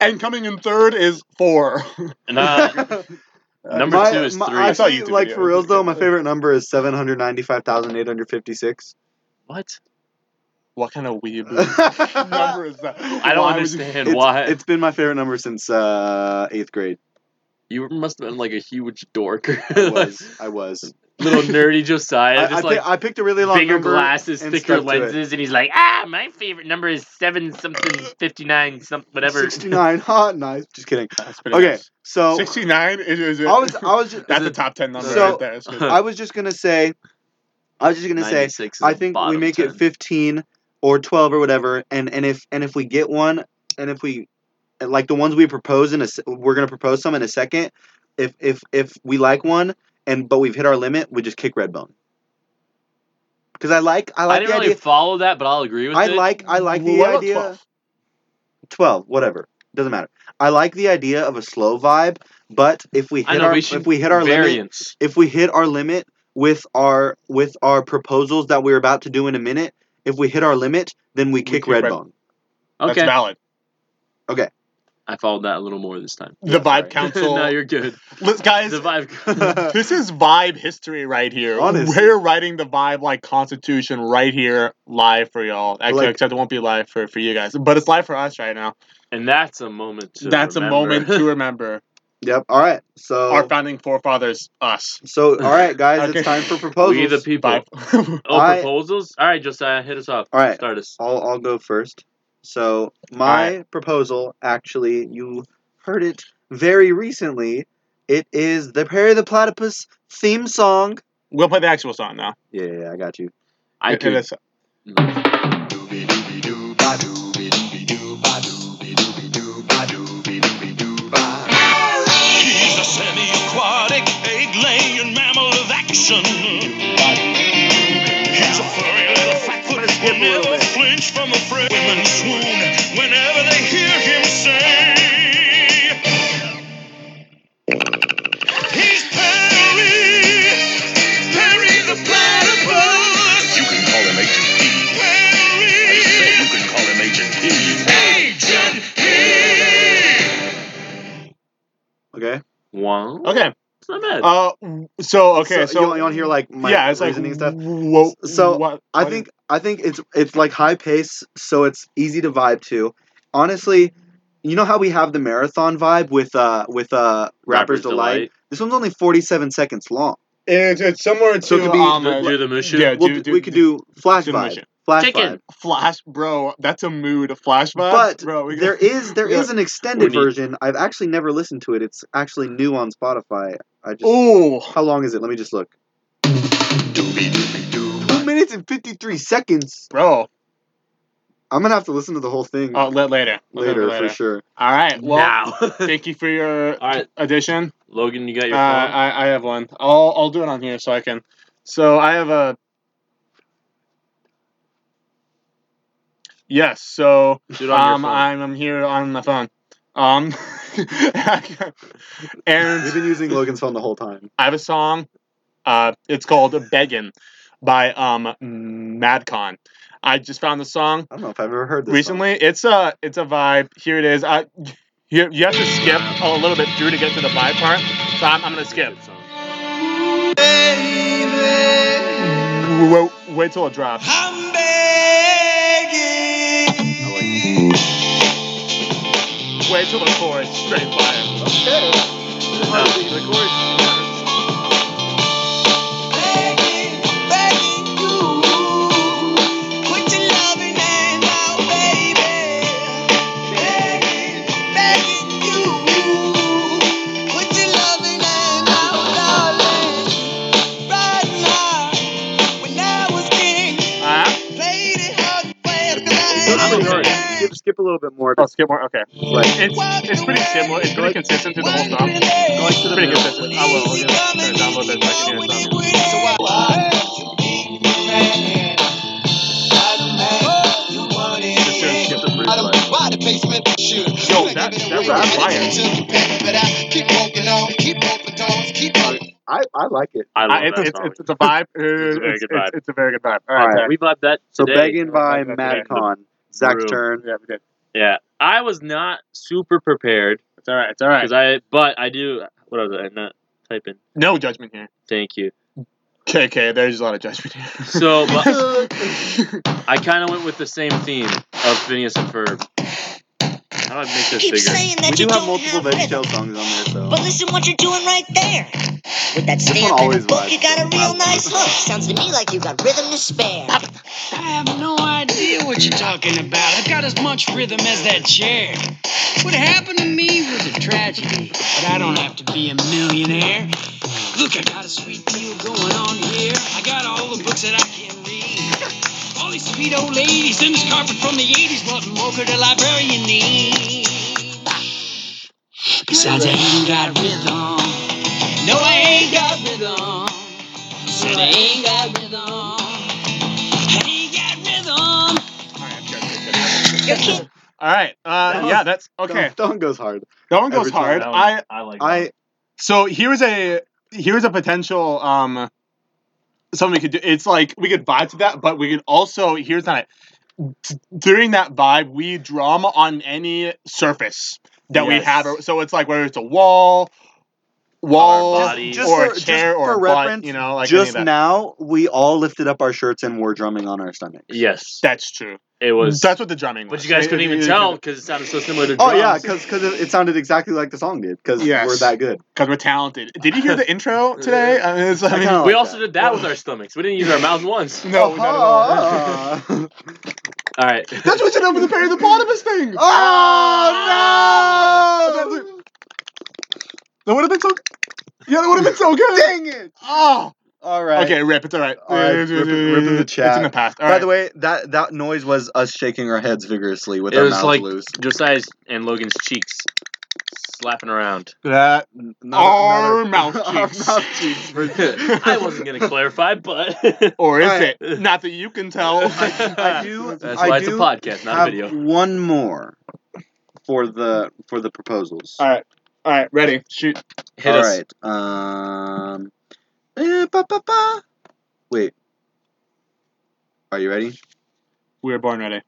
Speaker 3: and coming in third is four
Speaker 2: nah, Number
Speaker 4: my,
Speaker 2: two is
Speaker 4: my-
Speaker 2: three.
Speaker 4: I
Speaker 2: I
Speaker 3: saw
Speaker 4: saw you
Speaker 3: YouTube
Speaker 4: like for
Speaker 3: videos.
Speaker 4: reals though. My favorite number is seven hundred ninety-five thousand eight hundred fifty-six.
Speaker 2: what?
Speaker 3: what kind of weeb
Speaker 4: it's,
Speaker 3: number is that
Speaker 2: I don't
Speaker 3: Why would you-
Speaker 2: understand why.
Speaker 4: it's been my favorite number since uh, eighth grade.
Speaker 2: you must have been like a huge dork,
Speaker 4: I was. I was.
Speaker 2: little nerdy Josiah,
Speaker 4: I, I,
Speaker 2: just
Speaker 4: pi-
Speaker 2: like
Speaker 4: I picked a really long
Speaker 2: bigger
Speaker 4: number.
Speaker 2: glasses,
Speaker 4: and
Speaker 2: thicker
Speaker 4: stuck to it.
Speaker 2: lenses, and he's like, ah, my favorite number is seven something fifty nine something whatever.
Speaker 4: 69. Hot, nice. Just kidding.
Speaker 3: That's pretty
Speaker 4: Okay,
Speaker 3: nice.
Speaker 4: so
Speaker 3: 69 is, is it,
Speaker 4: I was, I was, ju-
Speaker 3: that's
Speaker 2: is
Speaker 3: a
Speaker 2: it-
Speaker 3: top 10 number
Speaker 4: So-
Speaker 3: right there That's good.
Speaker 4: I was just gonna say, I was just gonna say,
Speaker 2: 96 is
Speaker 4: I
Speaker 2: the
Speaker 4: think we
Speaker 2: bottom
Speaker 4: make
Speaker 2: 10.
Speaker 4: it 15 or 12 or whatever, and and if and if we get one, and if we, and like the ones we propose in a, se- we're gonna propose some in a second. If if if we like one, and but we've hit our limit, we just kick Redbone. Because I like, I
Speaker 2: I
Speaker 4: like the
Speaker 2: didn't really
Speaker 4: idea.
Speaker 2: follow that, but I'll agree with
Speaker 4: I
Speaker 2: it.
Speaker 4: like, I like the
Speaker 3: What about
Speaker 4: idea.
Speaker 3: 12?
Speaker 4: 12 whatever doesn't matter i like the idea of a slow vibe but if we
Speaker 2: I
Speaker 4: hit
Speaker 2: know,
Speaker 4: our
Speaker 2: we
Speaker 4: if
Speaker 2: should
Speaker 4: we hit our limit
Speaker 2: variance.
Speaker 4: if we hit our limit with our with our proposals that we're about to do in a minute if we hit our limit then we kick
Speaker 3: kick Red-
Speaker 4: redbone
Speaker 3: that's
Speaker 2: Okay,
Speaker 3: valid
Speaker 2: I followed that a little more this time.
Speaker 3: the vibe
Speaker 4: sorry.
Speaker 3: council
Speaker 2: no, you're good.
Speaker 3: Let's- guys
Speaker 2: The vibe.
Speaker 3: this is vibe history right here.
Speaker 4: Honestly.
Speaker 3: We're writing the vibe like Constitution right here, live for y'all. Actually,
Speaker 4: Like-
Speaker 3: except it won't be live for, for you guys, but it's live for us right now.
Speaker 2: and that's a moment to
Speaker 3: That's
Speaker 2: remember.
Speaker 3: a moment to remember
Speaker 4: yep all right so
Speaker 3: our founding forefathers, us.
Speaker 4: so all right guys
Speaker 3: Okay.
Speaker 4: it's time for
Speaker 2: we
Speaker 4: proposals
Speaker 2: the people.
Speaker 3: Vibe.
Speaker 2: Oh,
Speaker 4: I-
Speaker 2: proposals? All right, Josiah, hit us off.
Speaker 4: All right.
Speaker 2: Start us.
Speaker 4: I'll, I'll go first. So my proposal, actually, you heard it very recently. It is the Perry the Platypus theme song.
Speaker 3: we'll play the actual song now.
Speaker 4: Yeah, yeah, yeah, I got you.
Speaker 2: I
Speaker 3: It- it
Speaker 2: could.
Speaker 3: is-
Speaker 9: He's a semi aquatic, egg laying mammal of action. He's a furry little fat foot who never flinch from a friend. Women swoon whenever they hear him say. He's Perry, Perry the platypus. You can call him Agent P. Perry. I said you can call him Agent P. Agent P.
Speaker 4: Okay.
Speaker 2: Wow.
Speaker 3: Okay.
Speaker 2: It's not bad.
Speaker 3: Uh, so okay, so,
Speaker 4: you, want- you want to hear like my
Speaker 3: yeah, it's like
Speaker 4: reasoning stuff?
Speaker 3: Whoa,
Speaker 4: So,
Speaker 3: what,
Speaker 4: I
Speaker 3: what
Speaker 4: think I think it's it's like high pace, so it's easy to vibe to. Honestly, you know how we have the marathon vibe with uh with uh Rapper's, Delight? This one's only forty seven seconds long.
Speaker 3: is- it's, it's somewhere to
Speaker 4: So it could be-
Speaker 3: um,
Speaker 2: Do, do the mushu.
Speaker 3: yeah,
Speaker 4: Well,
Speaker 3: do, do,
Speaker 4: we could do flash
Speaker 3: do
Speaker 4: vibe.
Speaker 3: motion.
Speaker 4: Flash
Speaker 2: Chicken.
Speaker 4: vibe.
Speaker 3: flash, bro. That's a mood. Flash vibe,
Speaker 4: But
Speaker 3: bro. we-
Speaker 4: there is there
Speaker 3: Yeah.
Speaker 4: is an extended
Speaker 2: We need-
Speaker 4: version. I've actually never listened to it. It's actually new on Spotify. I just
Speaker 3: Ooh.
Speaker 4: how long is it? Let me just look. Two minutes and fifty three seconds.
Speaker 3: Bro,
Speaker 4: I'm gonna have to listen to the whole thing
Speaker 3: oh, let later. We'll do it
Speaker 4: later, for sure.
Speaker 3: All right. Well,
Speaker 2: now.
Speaker 3: thank you for your uh,
Speaker 2: All right,
Speaker 3: addition.
Speaker 2: Logan, you got
Speaker 3: Uh,
Speaker 2: your phone?
Speaker 3: I, I have one. I'll I'll do it on here so I can. So I have a. Yes. So
Speaker 2: Do it
Speaker 3: um,
Speaker 2: on your phone.
Speaker 3: I'm I'm here on my phone. Um,
Speaker 4: You've
Speaker 3: and
Speaker 4: been using Logan's phone the whole time.
Speaker 3: I have a song. Uh, it's called "Beggin" by um Madcon. I just found the song
Speaker 4: I don't know if I've ever heard this. song.
Speaker 3: recently. It's a it's a vibe. Here it is. I you, you have to skip a little bit through to get to the vibe part. So I'm, I'm gonna skip.
Speaker 2: Good song.
Speaker 3: Wait, wait till it drops.
Speaker 9: I'm begging.
Speaker 2: I like it.
Speaker 3: Wait till the chorus. Straight fire.
Speaker 2: No, the chorus.
Speaker 9: Begging, begging you. Put your loving hand out, baby. Begging, begging you. Put your loving hand out, darling. Right now, when I was king,
Speaker 3: Uh,
Speaker 9: played it hard,
Speaker 2: I'm ignoring it.
Speaker 9: played it
Speaker 4: skip a little bit more.
Speaker 3: I'll Oh, skip more. Okay.
Speaker 4: Like,
Speaker 3: It's it's pretty similar. It's pretty consistent through the whole song. It's pretty consistent. I will. I'll just turn it down a little bit so I can hear the song.
Speaker 2: Just gonna skip the bridge line.
Speaker 3: Yo, that that was fire.
Speaker 4: I, I like it.
Speaker 2: I love
Speaker 3: I, Uh, it's,
Speaker 2: that
Speaker 3: it's,
Speaker 2: song.
Speaker 3: it's, it's a vibe.
Speaker 2: It's a very
Speaker 3: it's,
Speaker 2: good
Speaker 3: it's,
Speaker 2: vibe.
Speaker 3: it's a very good vibe.
Speaker 4: All
Speaker 3: All right.
Speaker 4: right,
Speaker 3: Zach.
Speaker 2: we love that
Speaker 4: So
Speaker 2: today.
Speaker 4: begging by
Speaker 3: Okay,
Speaker 4: Matt
Speaker 3: okay.
Speaker 4: Con. Zach's
Speaker 2: Brew.
Speaker 4: turn.
Speaker 3: Yeah, we did.
Speaker 2: Yeah, I was not super prepared
Speaker 3: It's all right. It's all right.
Speaker 2: because I, but I do. What was it? I'm not typing.
Speaker 3: No judgment here.
Speaker 2: Thank you.
Speaker 3: Okay, okay. There's a lot of judgment here.
Speaker 2: So but I kind of went with the same theme of Phineas and Ferb. How do I make this
Speaker 10: Keep
Speaker 2: bigger?
Speaker 10: saying that
Speaker 4: We do
Speaker 10: you
Speaker 4: have
Speaker 10: don't
Speaker 4: multiple
Speaker 10: have rhythm,
Speaker 4: VeggieTales songs on there,
Speaker 10: but
Speaker 4: so
Speaker 10: listen what you're doing right there. With that
Speaker 4: one
Speaker 10: stamp and
Speaker 4: always
Speaker 10: the book,
Speaker 4: vibes
Speaker 10: you got a
Speaker 4: so
Speaker 10: real
Speaker 4: loud.
Speaker 10: nice look. Sounds to me like you got rhythm to spare.
Speaker 9: I have no idea what you're talking about. I've got as much rhythm as that chair. What happened to me was a tragedy, but I don't have to be a millionaire. Look, I got a sweet deal going on here. I got all the books that I can read. All these sweet old ladies in this carpet from the 80s. What more could a librarian need? Besides, I ain't got rhythm. No, I ain't got rhythm. Said I ain't got rhythm. Ain't got rhythm.
Speaker 3: all right. Uh,
Speaker 4: That was-
Speaker 3: yeah, that's okay.
Speaker 4: That one goes hard.
Speaker 3: That one goes
Speaker 4: Every time.
Speaker 3: hard.
Speaker 4: That
Speaker 3: I
Speaker 2: I like.
Speaker 4: I
Speaker 3: so here's a here's a potential um something we could do it's like we could vibe to that but we could also here's not it during that vibe we drum on any surface that we
Speaker 4: Yes.
Speaker 3: have so it's like whether it's a wall wall
Speaker 2: body.
Speaker 4: Just for-
Speaker 3: or a
Speaker 4: just
Speaker 3: chair or
Speaker 4: for
Speaker 3: a butt,
Speaker 4: reference,
Speaker 3: you know like any of
Speaker 4: just
Speaker 3: that.
Speaker 4: now we all lifted up our shirts and were drumming on our stomachs.
Speaker 2: Yes,
Speaker 3: that's true
Speaker 2: it was.
Speaker 3: that's what the drumming was
Speaker 2: but you guys
Speaker 3: It-
Speaker 2: couldn't
Speaker 3: it-
Speaker 2: even
Speaker 3: it-
Speaker 2: tell because it sounded so similar to.
Speaker 4: Oh yeah,
Speaker 2: drums.
Speaker 4: because it, it sounded exactly like the song did. Because
Speaker 3: Yes.
Speaker 4: we're that good.
Speaker 3: because we're talented did you hear the intro today I mean, it's, I
Speaker 4: I
Speaker 3: mean,
Speaker 4: kinda
Speaker 2: we
Speaker 4: like
Speaker 2: also
Speaker 4: that.
Speaker 2: did that with our stomachs. We didn't use our mouths once.
Speaker 3: no
Speaker 4: Oh,
Speaker 3: not at all.
Speaker 4: Ah.
Speaker 2: All right.
Speaker 3: that's what you did with the Perry the Potamus thing
Speaker 4: Ah! oh no!
Speaker 3: That would have been so. Yeah, that would have been so good.
Speaker 4: Dang it!
Speaker 3: Oh.
Speaker 4: All right.
Speaker 3: Okay, rip. It's all right.
Speaker 4: All right, rip it- rip in the
Speaker 3: It's
Speaker 4: chat.
Speaker 3: in the past.
Speaker 4: By the way, that that noise was us shaking our heads vigorously with
Speaker 2: It
Speaker 4: our
Speaker 2: was
Speaker 4: mouths
Speaker 2: like-
Speaker 4: loose.
Speaker 2: Josiah's and Logan's cheeks slapping around.
Speaker 3: that
Speaker 4: N-
Speaker 3: Our
Speaker 4: another-
Speaker 3: mouth
Speaker 4: our
Speaker 3: cheeks.
Speaker 4: mouth cheeks were-
Speaker 2: I wasn't gonna clarify, but
Speaker 3: or is
Speaker 4: All right.
Speaker 3: it? Not that you can tell.
Speaker 4: I do.
Speaker 2: that's
Speaker 4: I
Speaker 2: why it's a
Speaker 4: do
Speaker 2: podcast, not a
Speaker 4: have
Speaker 2: video.
Speaker 4: One more for the for the proposals.
Speaker 3: All right. All right. Ready. Shoot.
Speaker 2: Hit
Speaker 4: All
Speaker 2: us.
Speaker 4: right, Um. eh, ba, ba, ba. Wait. Are you ready?
Speaker 3: We were born ready.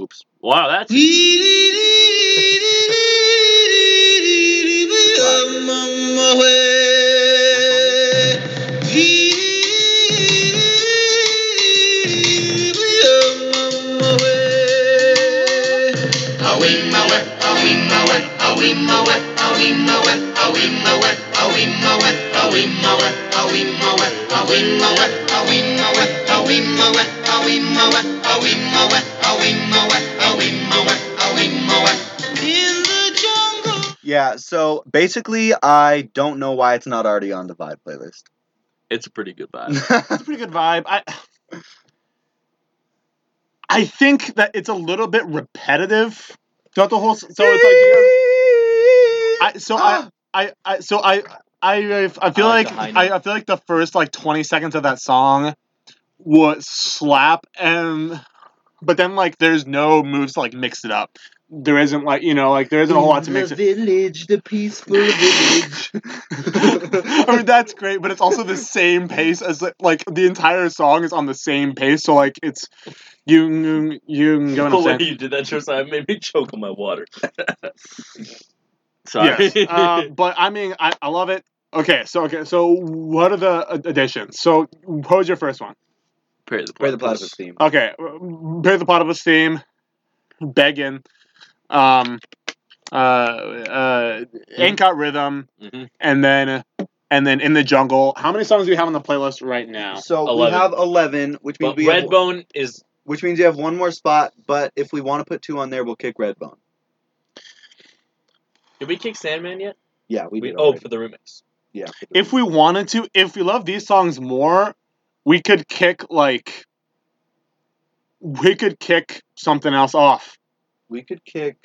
Speaker 4: Oops.
Speaker 2: Wow, that's
Speaker 4: Yeah. So basically, I don't know why it's not already on the Vibe playlist.
Speaker 2: it's a pretty good vibe.
Speaker 4: I
Speaker 3: That's a pretty good vibe. I. I think that it's a little bit repetitive throughout the whole. s- So it's like. I, so I, I, I, so I, I, I feel
Speaker 2: I like
Speaker 3: like,
Speaker 2: the high
Speaker 3: I, I feel like the first like twenty seconds of that song was slap, and but then like there's no moves to like mix it up. There isn't like you know like there isn't a whole lot to mix it.
Speaker 4: village, the peaceful village.
Speaker 3: I mean that's great, but it's also the same pace as like, like the entire song is on the same pace. So like it's you you you know
Speaker 2: the
Speaker 3: what
Speaker 2: way
Speaker 3: I'm saying.
Speaker 2: you did that, Josiah, made me choke on my water. Sorry.
Speaker 3: Yes, uh,
Speaker 4: Um,
Speaker 3: but I mean I, I love it. Okay, so okay, so what are the ad- additions? So what was your first one?
Speaker 2: Perry the
Speaker 4: Play the
Speaker 2: Platypus.
Speaker 4: platypus theme.
Speaker 3: Okay, Perry the Platypus theme, begging, um, uh, uh, ain't got rhythm,
Speaker 2: Mhm.
Speaker 3: and then and then in the jungle. How many songs do we have on the playlist right now?
Speaker 4: Um, So we
Speaker 2: 11.
Speaker 4: have eleven, which means
Speaker 2: But
Speaker 4: we have,
Speaker 2: Redbone is
Speaker 4: which means you have one more spot. But if we want to put two on there, we'll kick Redbone.
Speaker 2: did we kick Sandman yet?
Speaker 4: Yeah, we,
Speaker 2: We
Speaker 4: did.
Speaker 2: oh
Speaker 4: already.
Speaker 2: for the remix.
Speaker 4: yeah.
Speaker 3: If we wanted to, if we love these songs more, we could kick like we could kick something else off.
Speaker 4: We could kick.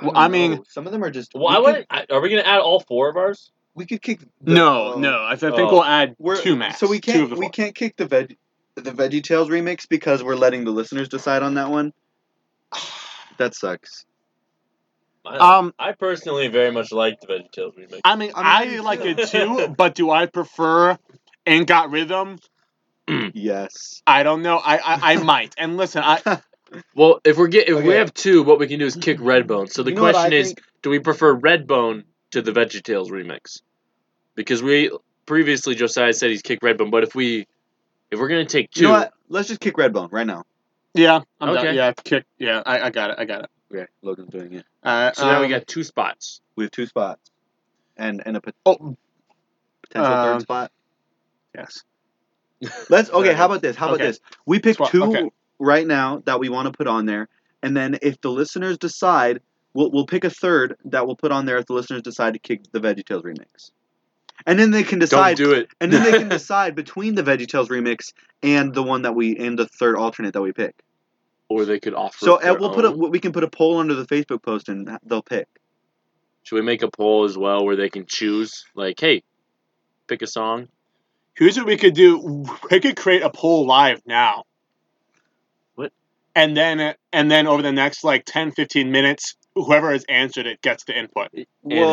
Speaker 3: Well,
Speaker 4: don't
Speaker 3: I mean-
Speaker 4: know. some of them are just.
Speaker 6: Well, I
Speaker 4: we, could,
Speaker 6: want. I- Are we gonna add all four of ours?
Speaker 4: we could kick. the-
Speaker 3: No,
Speaker 4: oh.
Speaker 3: no. I, th- I think
Speaker 6: Oh.
Speaker 3: we'll add
Speaker 4: We're,
Speaker 3: two max.
Speaker 4: So we
Speaker 3: Two of
Speaker 4: can't
Speaker 3: the
Speaker 4: we
Speaker 3: four.
Speaker 4: can't kick the veg the Veggie Tales remix because we're letting the listeners decide on that one. That sucks.
Speaker 6: I,
Speaker 4: Uh,
Speaker 3: Um,
Speaker 6: I personally very much like the VeggieTales remake.
Speaker 3: I mean,
Speaker 4: I mean,
Speaker 3: I like it too, but do I prefer and got rhythm?
Speaker 4: Yes.
Speaker 3: I don't know. I I, I might. And listen, I
Speaker 2: Well, if we're get if we
Speaker 4: Okay. Mm-hmm.
Speaker 2: have two, what we can do is kick Redbone. So the
Speaker 4: You know what
Speaker 2: question
Speaker 4: I
Speaker 2: is,
Speaker 4: think?
Speaker 2: do we prefer Redbone to the VeggieTales remix? Because we previously Josiah said he's kicked Redbone, but if we if we're gonna take two,
Speaker 4: You know what? Let's just kick Redbone right now.
Speaker 3: yeah. I'm
Speaker 2: Okay.
Speaker 3: done. Yeah, kick. Yeah, I, I got it. I got it.
Speaker 4: Okay, Logan's doing it.
Speaker 3: Uh,
Speaker 2: so now we
Speaker 3: um,
Speaker 2: got two spots.
Speaker 4: We have two spots, and and a pot-
Speaker 3: Oh,
Speaker 4: potential
Speaker 3: Um,
Speaker 4: third spot.
Speaker 3: yes.
Speaker 4: Let's okay.
Speaker 3: Sorry.
Speaker 4: How about this? How about
Speaker 3: Okay.
Speaker 4: this? We pick
Speaker 3: Spot-
Speaker 4: two
Speaker 3: okay.
Speaker 4: right now that we want to put on there, and then if the listeners decide, we'll we'll pick a third that we'll put on there if the listeners decide to kick the VeggieTales remix, and then they can decide.
Speaker 2: Don't do it.
Speaker 4: And then they can decide between the VeggieTales remix and the one that we and the third alternate that we pick.
Speaker 2: or they could offer.
Speaker 4: So
Speaker 2: their
Speaker 4: and we'll put a,
Speaker 2: own.
Speaker 4: we can put a poll under the Facebook post and they'll pick.
Speaker 2: Should we make a poll as well where they can choose? Like, hey, pick a song.
Speaker 3: Here's what we could do. We could create a poll live now.
Speaker 2: What?
Speaker 3: And then and then over the next like 10, 15 minutes, whoever has answered it gets the input.
Speaker 2: And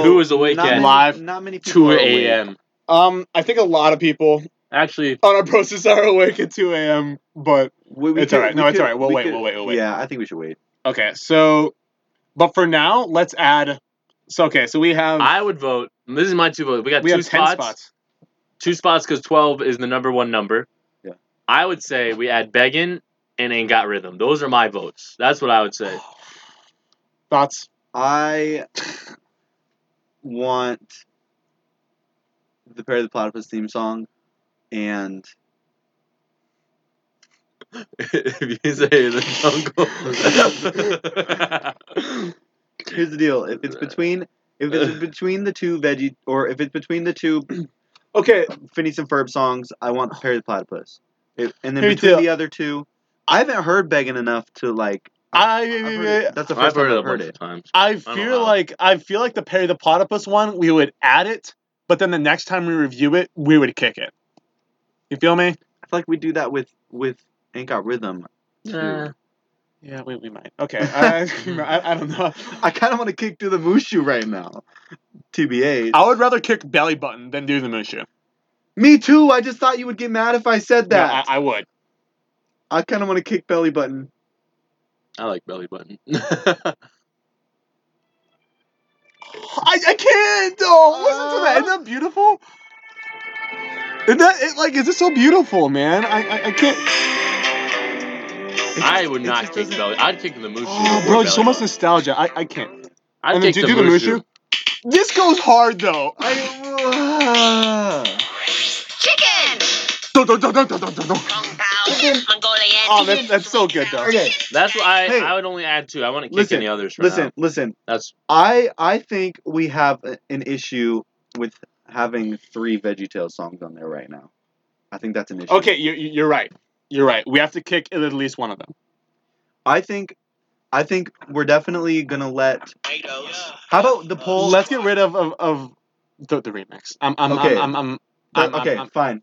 Speaker 2: who was awake
Speaker 4: not
Speaker 2: at
Speaker 4: many-
Speaker 3: Live
Speaker 4: Not many people.
Speaker 2: Two
Speaker 4: are awake.
Speaker 2: a.m.
Speaker 3: Um, I think a lot of people
Speaker 2: Actually,
Speaker 3: on our process are awake at two a.m. But
Speaker 4: We, we
Speaker 3: It's
Speaker 4: could-
Speaker 3: alright. No,
Speaker 4: we
Speaker 3: it's
Speaker 4: could-
Speaker 3: alright. We'll
Speaker 4: we
Speaker 3: wait,
Speaker 4: could-
Speaker 3: we'll wait, we'll wait.
Speaker 4: Yeah, I think we should wait.
Speaker 3: okay, so but for now, let's add. So okay, so we
Speaker 4: Um,
Speaker 3: have
Speaker 2: I would vote. This is my two votes. We got
Speaker 3: we
Speaker 2: two
Speaker 3: have ten
Speaker 2: spots.
Speaker 3: spots.
Speaker 2: Two spots because twelve is the number one number.
Speaker 4: Yeah.
Speaker 2: I would say we add Beggin and Ain't Got Rhythm. Those are my votes. That's what I would say.
Speaker 4: Oh.
Speaker 3: Thoughts?
Speaker 4: I want the Perry the Platypus theme song and
Speaker 2: if you say the jungle.
Speaker 4: here's the deal. If it's between if it's between the two veggie or if it's between the two
Speaker 3: Okay,
Speaker 4: Phineas and Ferb songs, I want Perry the Platypus. If, and then
Speaker 3: Here you
Speaker 4: between
Speaker 3: go.
Speaker 4: the other two, I haven't heard begging enough to like. I've heard
Speaker 3: I
Speaker 4: it. That's the 1st
Speaker 2: I've
Speaker 4: time
Speaker 2: heard it a
Speaker 4: I've heard
Speaker 2: bunch
Speaker 4: it.
Speaker 2: of times.
Speaker 3: I
Speaker 2: don't
Speaker 3: feel
Speaker 2: know.
Speaker 3: like I feel like the Perry the Platypus one we would add it, but then the next time we review it, we would kick it. You feel me?
Speaker 4: I feel like we do that with with Ain't Got Rhythm. Too.
Speaker 2: Nah.
Speaker 3: Yeah, we, we might. Okay, I, I, I don't know.
Speaker 4: I kind of want to kick through the Mushu right now. TBH.
Speaker 3: I would rather kick belly button than do the Mushu.
Speaker 4: Me too. I just thought you would get mad if I said
Speaker 3: No,
Speaker 4: that.
Speaker 3: I, I would.
Speaker 4: I, kind of want to kick belly button.
Speaker 2: I like belly button.
Speaker 3: I, I can't. Oh, listen to that. Isn't that beautiful? Isn't that it, like? Is this so beautiful, man? I I, I can't.
Speaker 2: I would
Speaker 4: it
Speaker 2: not
Speaker 4: just
Speaker 2: kick
Speaker 4: doesn't-
Speaker 2: belly. I'd kick the Mushu.
Speaker 3: Oh,
Speaker 2: before
Speaker 3: bro, so
Speaker 2: belly
Speaker 3: much
Speaker 2: button.
Speaker 3: nostalgia. I I can't.
Speaker 2: I'd
Speaker 3: and then
Speaker 2: kick
Speaker 3: do,
Speaker 2: the
Speaker 3: do the
Speaker 2: Mushu.
Speaker 3: Mushu. This goes hard though. Ah.
Speaker 4: I,
Speaker 11: Chicken!
Speaker 3: Dun, dun, dun, dun, dun, dun, dun, dun.
Speaker 11: Kung Pao, Mongolian.
Speaker 3: Oh, that's that's so good though.
Speaker 4: okay,
Speaker 2: That's what I.
Speaker 4: Hey.
Speaker 2: I would only add two. I wouldn't kick
Speaker 4: Listen,
Speaker 2: any others. For
Speaker 4: listen,
Speaker 2: now.
Speaker 4: listen.
Speaker 2: That's
Speaker 4: I I think we have a- an issue with having three VeggieTales songs on there right now. I think that's an issue.
Speaker 3: Okay, you, you- you're right. You're right. We have to kick at least one of them.
Speaker 4: I think I think we're definitely gonna let.
Speaker 8: Tomatoes.
Speaker 4: How about the poll?
Speaker 3: Let's get rid of of, of the, the remix. I'm I'm,
Speaker 4: Okay.
Speaker 3: I'm I'm I'm
Speaker 4: The-
Speaker 3: I'm,
Speaker 4: okay,
Speaker 3: I'm, I'm,
Speaker 4: fine.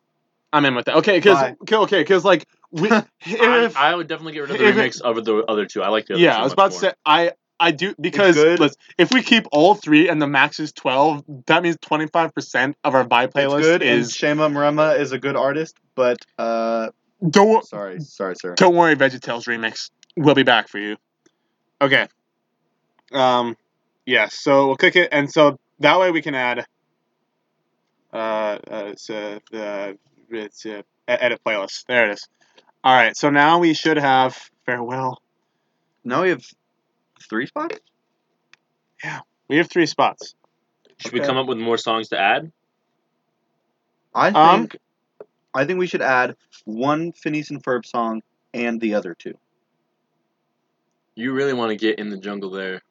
Speaker 3: I'm in with that. Okay, because
Speaker 4: Bye.
Speaker 3: okay, because like we, if,
Speaker 2: I, I would definitely get rid of the
Speaker 3: if it-
Speaker 2: remix over the other two. I like the other two
Speaker 3: yeah, I was
Speaker 2: much
Speaker 3: about to
Speaker 2: more.
Speaker 3: say I I do because
Speaker 4: good.
Speaker 3: let's, if we keep all three and the max is twelve, that means twenty five percent of our buy
Speaker 4: It's
Speaker 3: playlist
Speaker 4: good. and
Speaker 3: is
Speaker 4: Shema Mrema is a good artist, but uh,
Speaker 3: don't
Speaker 4: sorry, sorry, sir.
Speaker 3: don't worry, VeggieTales remix. We'll be back for you. Okay. Um, yeah. So we'll click it, and so that way we can add. Uh, uh, it's uh, the it's uh, e- edit playlist. There it is. All right. So now we should have farewell.
Speaker 4: Now we have three spots.
Speaker 3: We have three spots.
Speaker 2: Should we
Speaker 4: Okay.
Speaker 2: come up with more songs to add?
Speaker 4: I think
Speaker 3: Um,
Speaker 4: I think we should add one Phineas and Ferb song and the other two.
Speaker 2: You really want to get in the jungle there?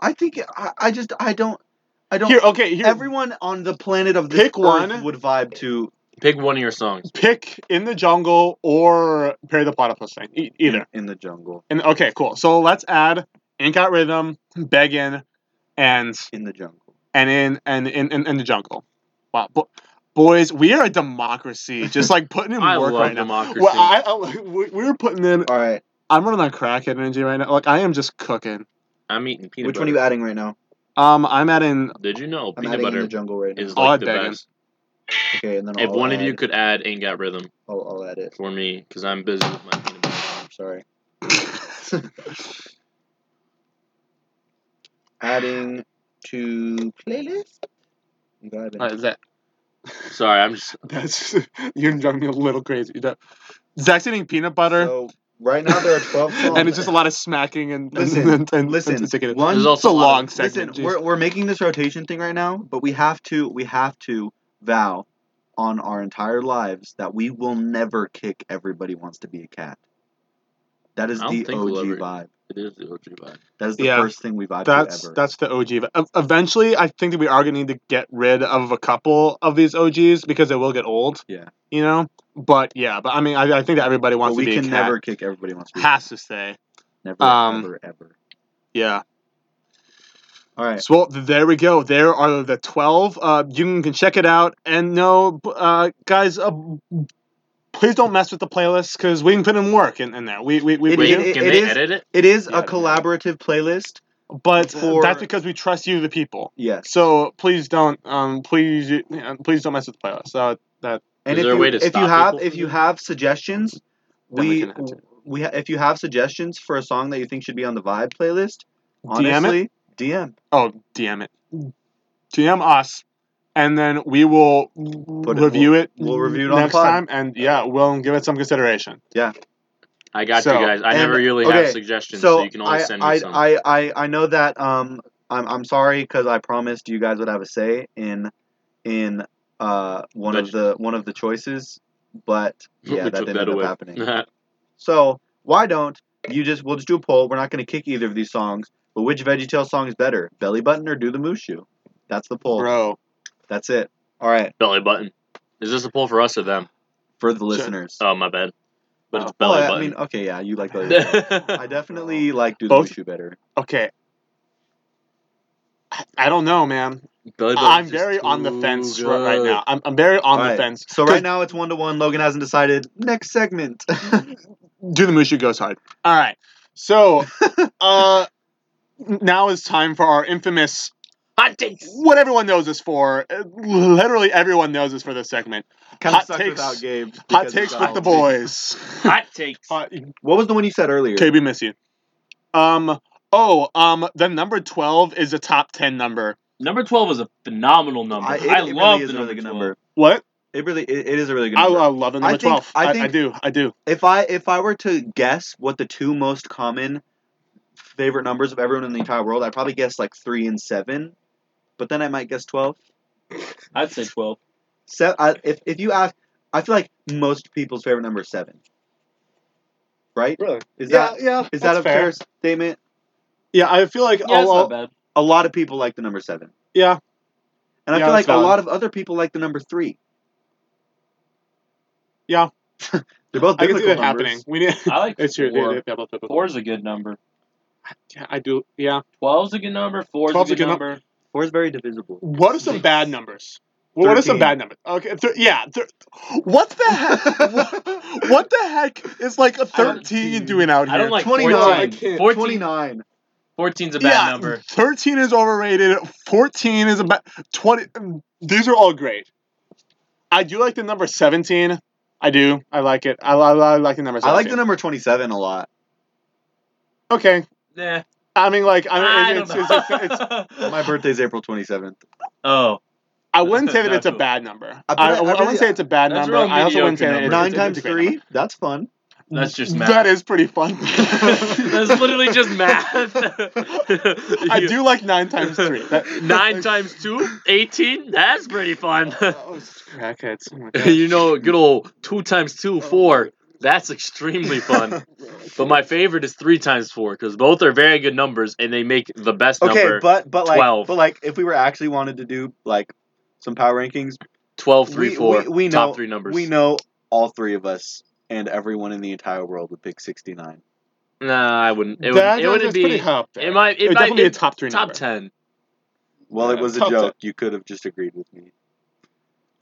Speaker 4: I think I, I just I don't I don't
Speaker 3: Here. Okay. Here.
Speaker 4: everyone on the planet of this
Speaker 3: Pick
Speaker 4: earth
Speaker 3: one.
Speaker 4: would vibe to
Speaker 2: Pick one of your songs.
Speaker 3: Pick In the Jungle or Perry the Platypus Thing. E- either.
Speaker 4: in the jungle.
Speaker 3: And okay, cool. So let's add Ink Out Rhythm, Beggin, and
Speaker 4: In the jungle.
Speaker 3: and in and in in, in the jungle. Wow, Bo- boys, we are a democracy. Just like putting in
Speaker 2: I
Speaker 3: work
Speaker 2: love
Speaker 3: right now.
Speaker 2: democracy.
Speaker 3: Well, I, I we- we're putting in.
Speaker 4: All right.
Speaker 3: I'm running on crackhead energy right now. Like I am just cooking.
Speaker 2: I, am eating peanut
Speaker 4: Which one
Speaker 2: butter.
Speaker 4: are you adding right now?
Speaker 3: Um, I'm adding.
Speaker 2: Did you know
Speaker 4: I'm
Speaker 2: peanut
Speaker 4: adding in
Speaker 2: butter
Speaker 4: the jungle Oh. right now.
Speaker 2: is
Speaker 3: I'll
Speaker 2: like
Speaker 3: add
Speaker 2: the
Speaker 3: bacon.
Speaker 2: best?
Speaker 4: okay, and then
Speaker 2: If
Speaker 4: I'll
Speaker 2: one of
Speaker 4: add-
Speaker 2: you could add Ain't Got Rhythm
Speaker 4: I'll, I'll add it.
Speaker 2: for me, because I'm busy with my peanut butter.
Speaker 4: I'm sorry. adding to playlist. You got it.
Speaker 3: What is that?
Speaker 2: Sorry, I'm just.
Speaker 3: That's you're driving me a little crazy. You know? Zach's eating peanut butter,
Speaker 4: So right now there are twelve songs.
Speaker 3: and it's just a lot of smacking and
Speaker 4: Listen,
Speaker 3: and, and, and
Speaker 4: listen,
Speaker 3: And sticking it.
Speaker 4: one-
Speaker 3: It's also a long segment.
Speaker 4: Listen, we're,
Speaker 3: Listen,
Speaker 4: we're making this rotation thing right now, but we have to we have to vow on our entire lives that we will never kick everybody wants to be a cat. That is
Speaker 2: I don't
Speaker 4: the OG
Speaker 2: think we'll ever-
Speaker 4: vibe.
Speaker 2: It is the OG vibe.
Speaker 4: That is the
Speaker 3: Yeah.
Speaker 4: first thing we've vibed
Speaker 3: that's
Speaker 4: to ever.
Speaker 3: that's the OG. E- Eventually, I think that we are going to need to get rid of a couple of these OGs because they will get old.
Speaker 4: Yeah.
Speaker 3: You know, but yeah, but I mean, I, I think that everybody
Speaker 4: but
Speaker 3: wants
Speaker 4: we
Speaker 3: to be
Speaker 4: can
Speaker 3: a cat.
Speaker 4: never kick everybody wants to be a cat.
Speaker 3: Has to stay.
Speaker 4: Never,
Speaker 3: um,
Speaker 4: ever, ever.
Speaker 3: Yeah.
Speaker 4: All right.
Speaker 3: So well, th- there we go. There are the twelve. Uh, you can check it out. And no, b- uh, guys, uh, please don't mess with the playlist because we can put in work in, in there. We we, we,
Speaker 4: It-
Speaker 3: we
Speaker 2: Wait,
Speaker 3: do.
Speaker 4: it-
Speaker 2: can
Speaker 4: it
Speaker 2: they
Speaker 4: is-
Speaker 2: edit it?
Speaker 4: It is
Speaker 2: Yeah,
Speaker 4: a collaborative playlist.
Speaker 3: but
Speaker 4: for-
Speaker 3: that's because we trust you, the people.
Speaker 4: Yes.
Speaker 3: So please don't, um, please, you know, please don't mess with the playlist. Uh, So that
Speaker 4: And
Speaker 2: Is
Speaker 4: if
Speaker 2: there a
Speaker 4: you,
Speaker 2: way to
Speaker 4: if you
Speaker 2: stop
Speaker 4: have
Speaker 2: people
Speaker 4: if
Speaker 2: from
Speaker 4: you
Speaker 2: doing
Speaker 4: have suggestions,
Speaker 3: Then we
Speaker 4: we
Speaker 3: can add to
Speaker 4: we ha- if you have suggestions for a song that you think should be on the vibe playlist,
Speaker 3: DM it?
Speaker 4: honestly, DM,
Speaker 3: oh DM it, DM us, and then we will
Speaker 4: it-
Speaker 3: review it.
Speaker 4: we'll review it on
Speaker 3: next
Speaker 4: pod.
Speaker 3: time, and yeah, we'll give it some consideration.
Speaker 2: I got
Speaker 3: So,
Speaker 2: you guys. I never
Speaker 4: and-
Speaker 2: really
Speaker 4: okay,
Speaker 2: have suggestions, so,
Speaker 4: So,
Speaker 2: you can
Speaker 4: I,
Speaker 2: always send me
Speaker 4: I,
Speaker 2: some.
Speaker 4: I, I, I know that um I'm, I'm sorry because I promised you guys would have a say in in uh one of
Speaker 2: Veg-
Speaker 4: the one of the choices, but yeah,
Speaker 2: We
Speaker 4: that
Speaker 2: took
Speaker 4: didn't end
Speaker 2: away.
Speaker 4: up happening. So why don't you just we'll just do a poll. We're not gonna kick either of these songs, but which VeggieTales song is better, Belly Button or Do the Mushu? That's the poll.
Speaker 3: Bro,
Speaker 4: That's it. All right,
Speaker 2: belly button. Is this a poll for us or them?
Speaker 4: for the listeners.
Speaker 2: Oh, my bad. But it's
Speaker 3: Oh,
Speaker 2: belly
Speaker 4: well, I mean,
Speaker 2: button.
Speaker 4: okay, yeah, you like Belly Button. I definitely like Do the
Speaker 3: Both-
Speaker 4: Mushu better.
Speaker 3: okay. I- I don't know, man.
Speaker 2: belly button's
Speaker 3: I'm
Speaker 2: just
Speaker 3: very on the
Speaker 2: too
Speaker 3: fence r- right
Speaker 2: good.
Speaker 3: now. I'm, I'm very on
Speaker 4: All
Speaker 3: the
Speaker 4: right,
Speaker 3: fence.
Speaker 4: So
Speaker 3: 'Cause
Speaker 4: right now it's one to one. Logan hasn't decided. Next segment.
Speaker 3: do the Mushu goes hard. All right. So, uh, now is time for our infamous
Speaker 2: Hot takes.
Speaker 3: what everyone knows us for. Uh, Literally, everyone knows us for this segment.
Speaker 4: Kinda
Speaker 3: Hot
Speaker 4: sucks
Speaker 3: takes-
Speaker 4: without Gabe.
Speaker 3: Hot
Speaker 4: because
Speaker 3: takes
Speaker 4: it's
Speaker 3: with the
Speaker 4: all-
Speaker 3: boys.
Speaker 2: Hot takes.
Speaker 3: Hot-
Speaker 4: What was the one you said earlier?
Speaker 3: KB, miss you. Um. Oh. Um. The number twelve is a top ten number.
Speaker 6: Number 12 is a phenomenal number. I,
Speaker 4: I, it, it really
Speaker 6: love
Speaker 4: is
Speaker 6: the
Speaker 4: a
Speaker 6: number
Speaker 4: really good
Speaker 6: 12.
Speaker 4: number.
Speaker 3: What?
Speaker 4: It really it, it is a really good
Speaker 3: I,
Speaker 4: number.
Speaker 3: I love the
Speaker 4: I
Speaker 3: number
Speaker 4: think-
Speaker 3: twelve.
Speaker 4: I
Speaker 3: I, I
Speaker 4: think-
Speaker 3: do. I do.
Speaker 4: if I if I were to guess what the two most common favorite numbers of everyone in the entire world, I'd probably guess like three and seven, but then I might guess twelve.
Speaker 6: I'd say 12.
Speaker 4: Se- I, if if you ask, I feel like most people's favorite number is seven. Right?
Speaker 3: Really?
Speaker 4: Is that
Speaker 3: yeah.
Speaker 4: is that a fair, statement?
Speaker 3: Yeah, I feel like
Speaker 6: Yeah,
Speaker 3: a
Speaker 6: it's
Speaker 3: lot.
Speaker 6: not bad.
Speaker 4: A lot of people like the number seven,
Speaker 3: Yeah,
Speaker 4: and I
Speaker 3: Yeah,
Speaker 4: feel like
Speaker 3: that's valid.
Speaker 4: a lot of other people like the number three.
Speaker 3: Yeah.
Speaker 4: they're both
Speaker 3: I can see
Speaker 4: biblical
Speaker 3: that
Speaker 4: numbers.
Speaker 3: happening. We need.
Speaker 6: I like
Speaker 3: It's true.
Speaker 6: four.
Speaker 3: They, they, they,
Speaker 6: Four is a good number.
Speaker 3: yeah, I do. Yeah.
Speaker 6: 12 is a good number. Four is a
Speaker 3: 12 's a
Speaker 6: good
Speaker 3: good
Speaker 6: number.
Speaker 4: Four is very divisible.
Speaker 3: What are some
Speaker 6: Six.
Speaker 3: bad numbers? What are
Speaker 4: Thirteen.
Speaker 3: some bad numbers? Okay. Th- yeah. Th- what the heck? what, what the heck is like a
Speaker 6: I don't-
Speaker 3: thirteen doing out here?
Speaker 6: I don't like
Speaker 4: 29.
Speaker 6: 14.
Speaker 4: I
Speaker 3: can't.
Speaker 6: 14
Speaker 4: Twenty-nine.
Speaker 6: 14's a bad
Speaker 3: yeah,
Speaker 6: number.
Speaker 3: 13 is overrated. 14 is about 20. um, These are all great. I do like the number 17. I do. I like it. I, I, I like the number
Speaker 4: I
Speaker 3: 17.
Speaker 4: like the number twenty-seven a lot.
Speaker 3: Okay.
Speaker 6: Nah,
Speaker 3: I mean, like, I, mean,
Speaker 6: I
Speaker 3: it's,
Speaker 6: don't
Speaker 3: it's, it's, it's,
Speaker 6: know.
Speaker 4: My birthday's April twenty-seventh.
Speaker 6: oh,
Speaker 3: I wouldn't say that
Speaker 6: Not
Speaker 3: it's a
Speaker 6: cool.
Speaker 3: bad number.
Speaker 4: I- but
Speaker 3: I,
Speaker 4: I-
Speaker 3: I,
Speaker 4: I
Speaker 3: wouldn't
Speaker 4: really-
Speaker 3: say it's a bad
Speaker 6: That's a
Speaker 3: number.
Speaker 6: real
Speaker 3: I also wouldn't say
Speaker 6: mediocre
Speaker 3: that it's,
Speaker 6: number.
Speaker 4: Nine
Speaker 3: it's, it's
Speaker 4: times
Speaker 3: a great
Speaker 4: three. That's fun.
Speaker 3: number.
Speaker 6: that's just math.
Speaker 3: That is pretty fun.
Speaker 6: That's literally just math.
Speaker 3: I do like nine times three. That,
Speaker 2: Nine times two, 18. That's pretty fun.
Speaker 3: Oh, it's crackheads. Oh my God.
Speaker 2: you know, good old two times
Speaker 4: Oh.
Speaker 2: two, four. That's extremely fun. but my favorite is three times four because both are very good numbers and they make the best
Speaker 4: Okay,
Speaker 2: number.
Speaker 4: but but like
Speaker 2: 12.
Speaker 4: but like if we were actually wanted to do like some power rankings,
Speaker 2: 12, 3,
Speaker 4: We-
Speaker 2: 4.
Speaker 4: we- we
Speaker 2: top
Speaker 4: know-
Speaker 2: three numbers.
Speaker 4: We know all three of us and everyone in the entire world would pick 69.
Speaker 2: Nah, I wouldn't. It,
Speaker 3: That-
Speaker 2: would, it wouldn't
Speaker 3: that's pretty
Speaker 2: be.
Speaker 3: high up there.
Speaker 2: It might. It
Speaker 3: It'd
Speaker 2: might
Speaker 3: definitely
Speaker 2: be
Speaker 3: be a top three
Speaker 2: top
Speaker 3: number.
Speaker 2: ten.
Speaker 4: Well,
Speaker 3: Yeah,
Speaker 4: it was a
Speaker 3: top
Speaker 4: joke. You could have just agreed with me.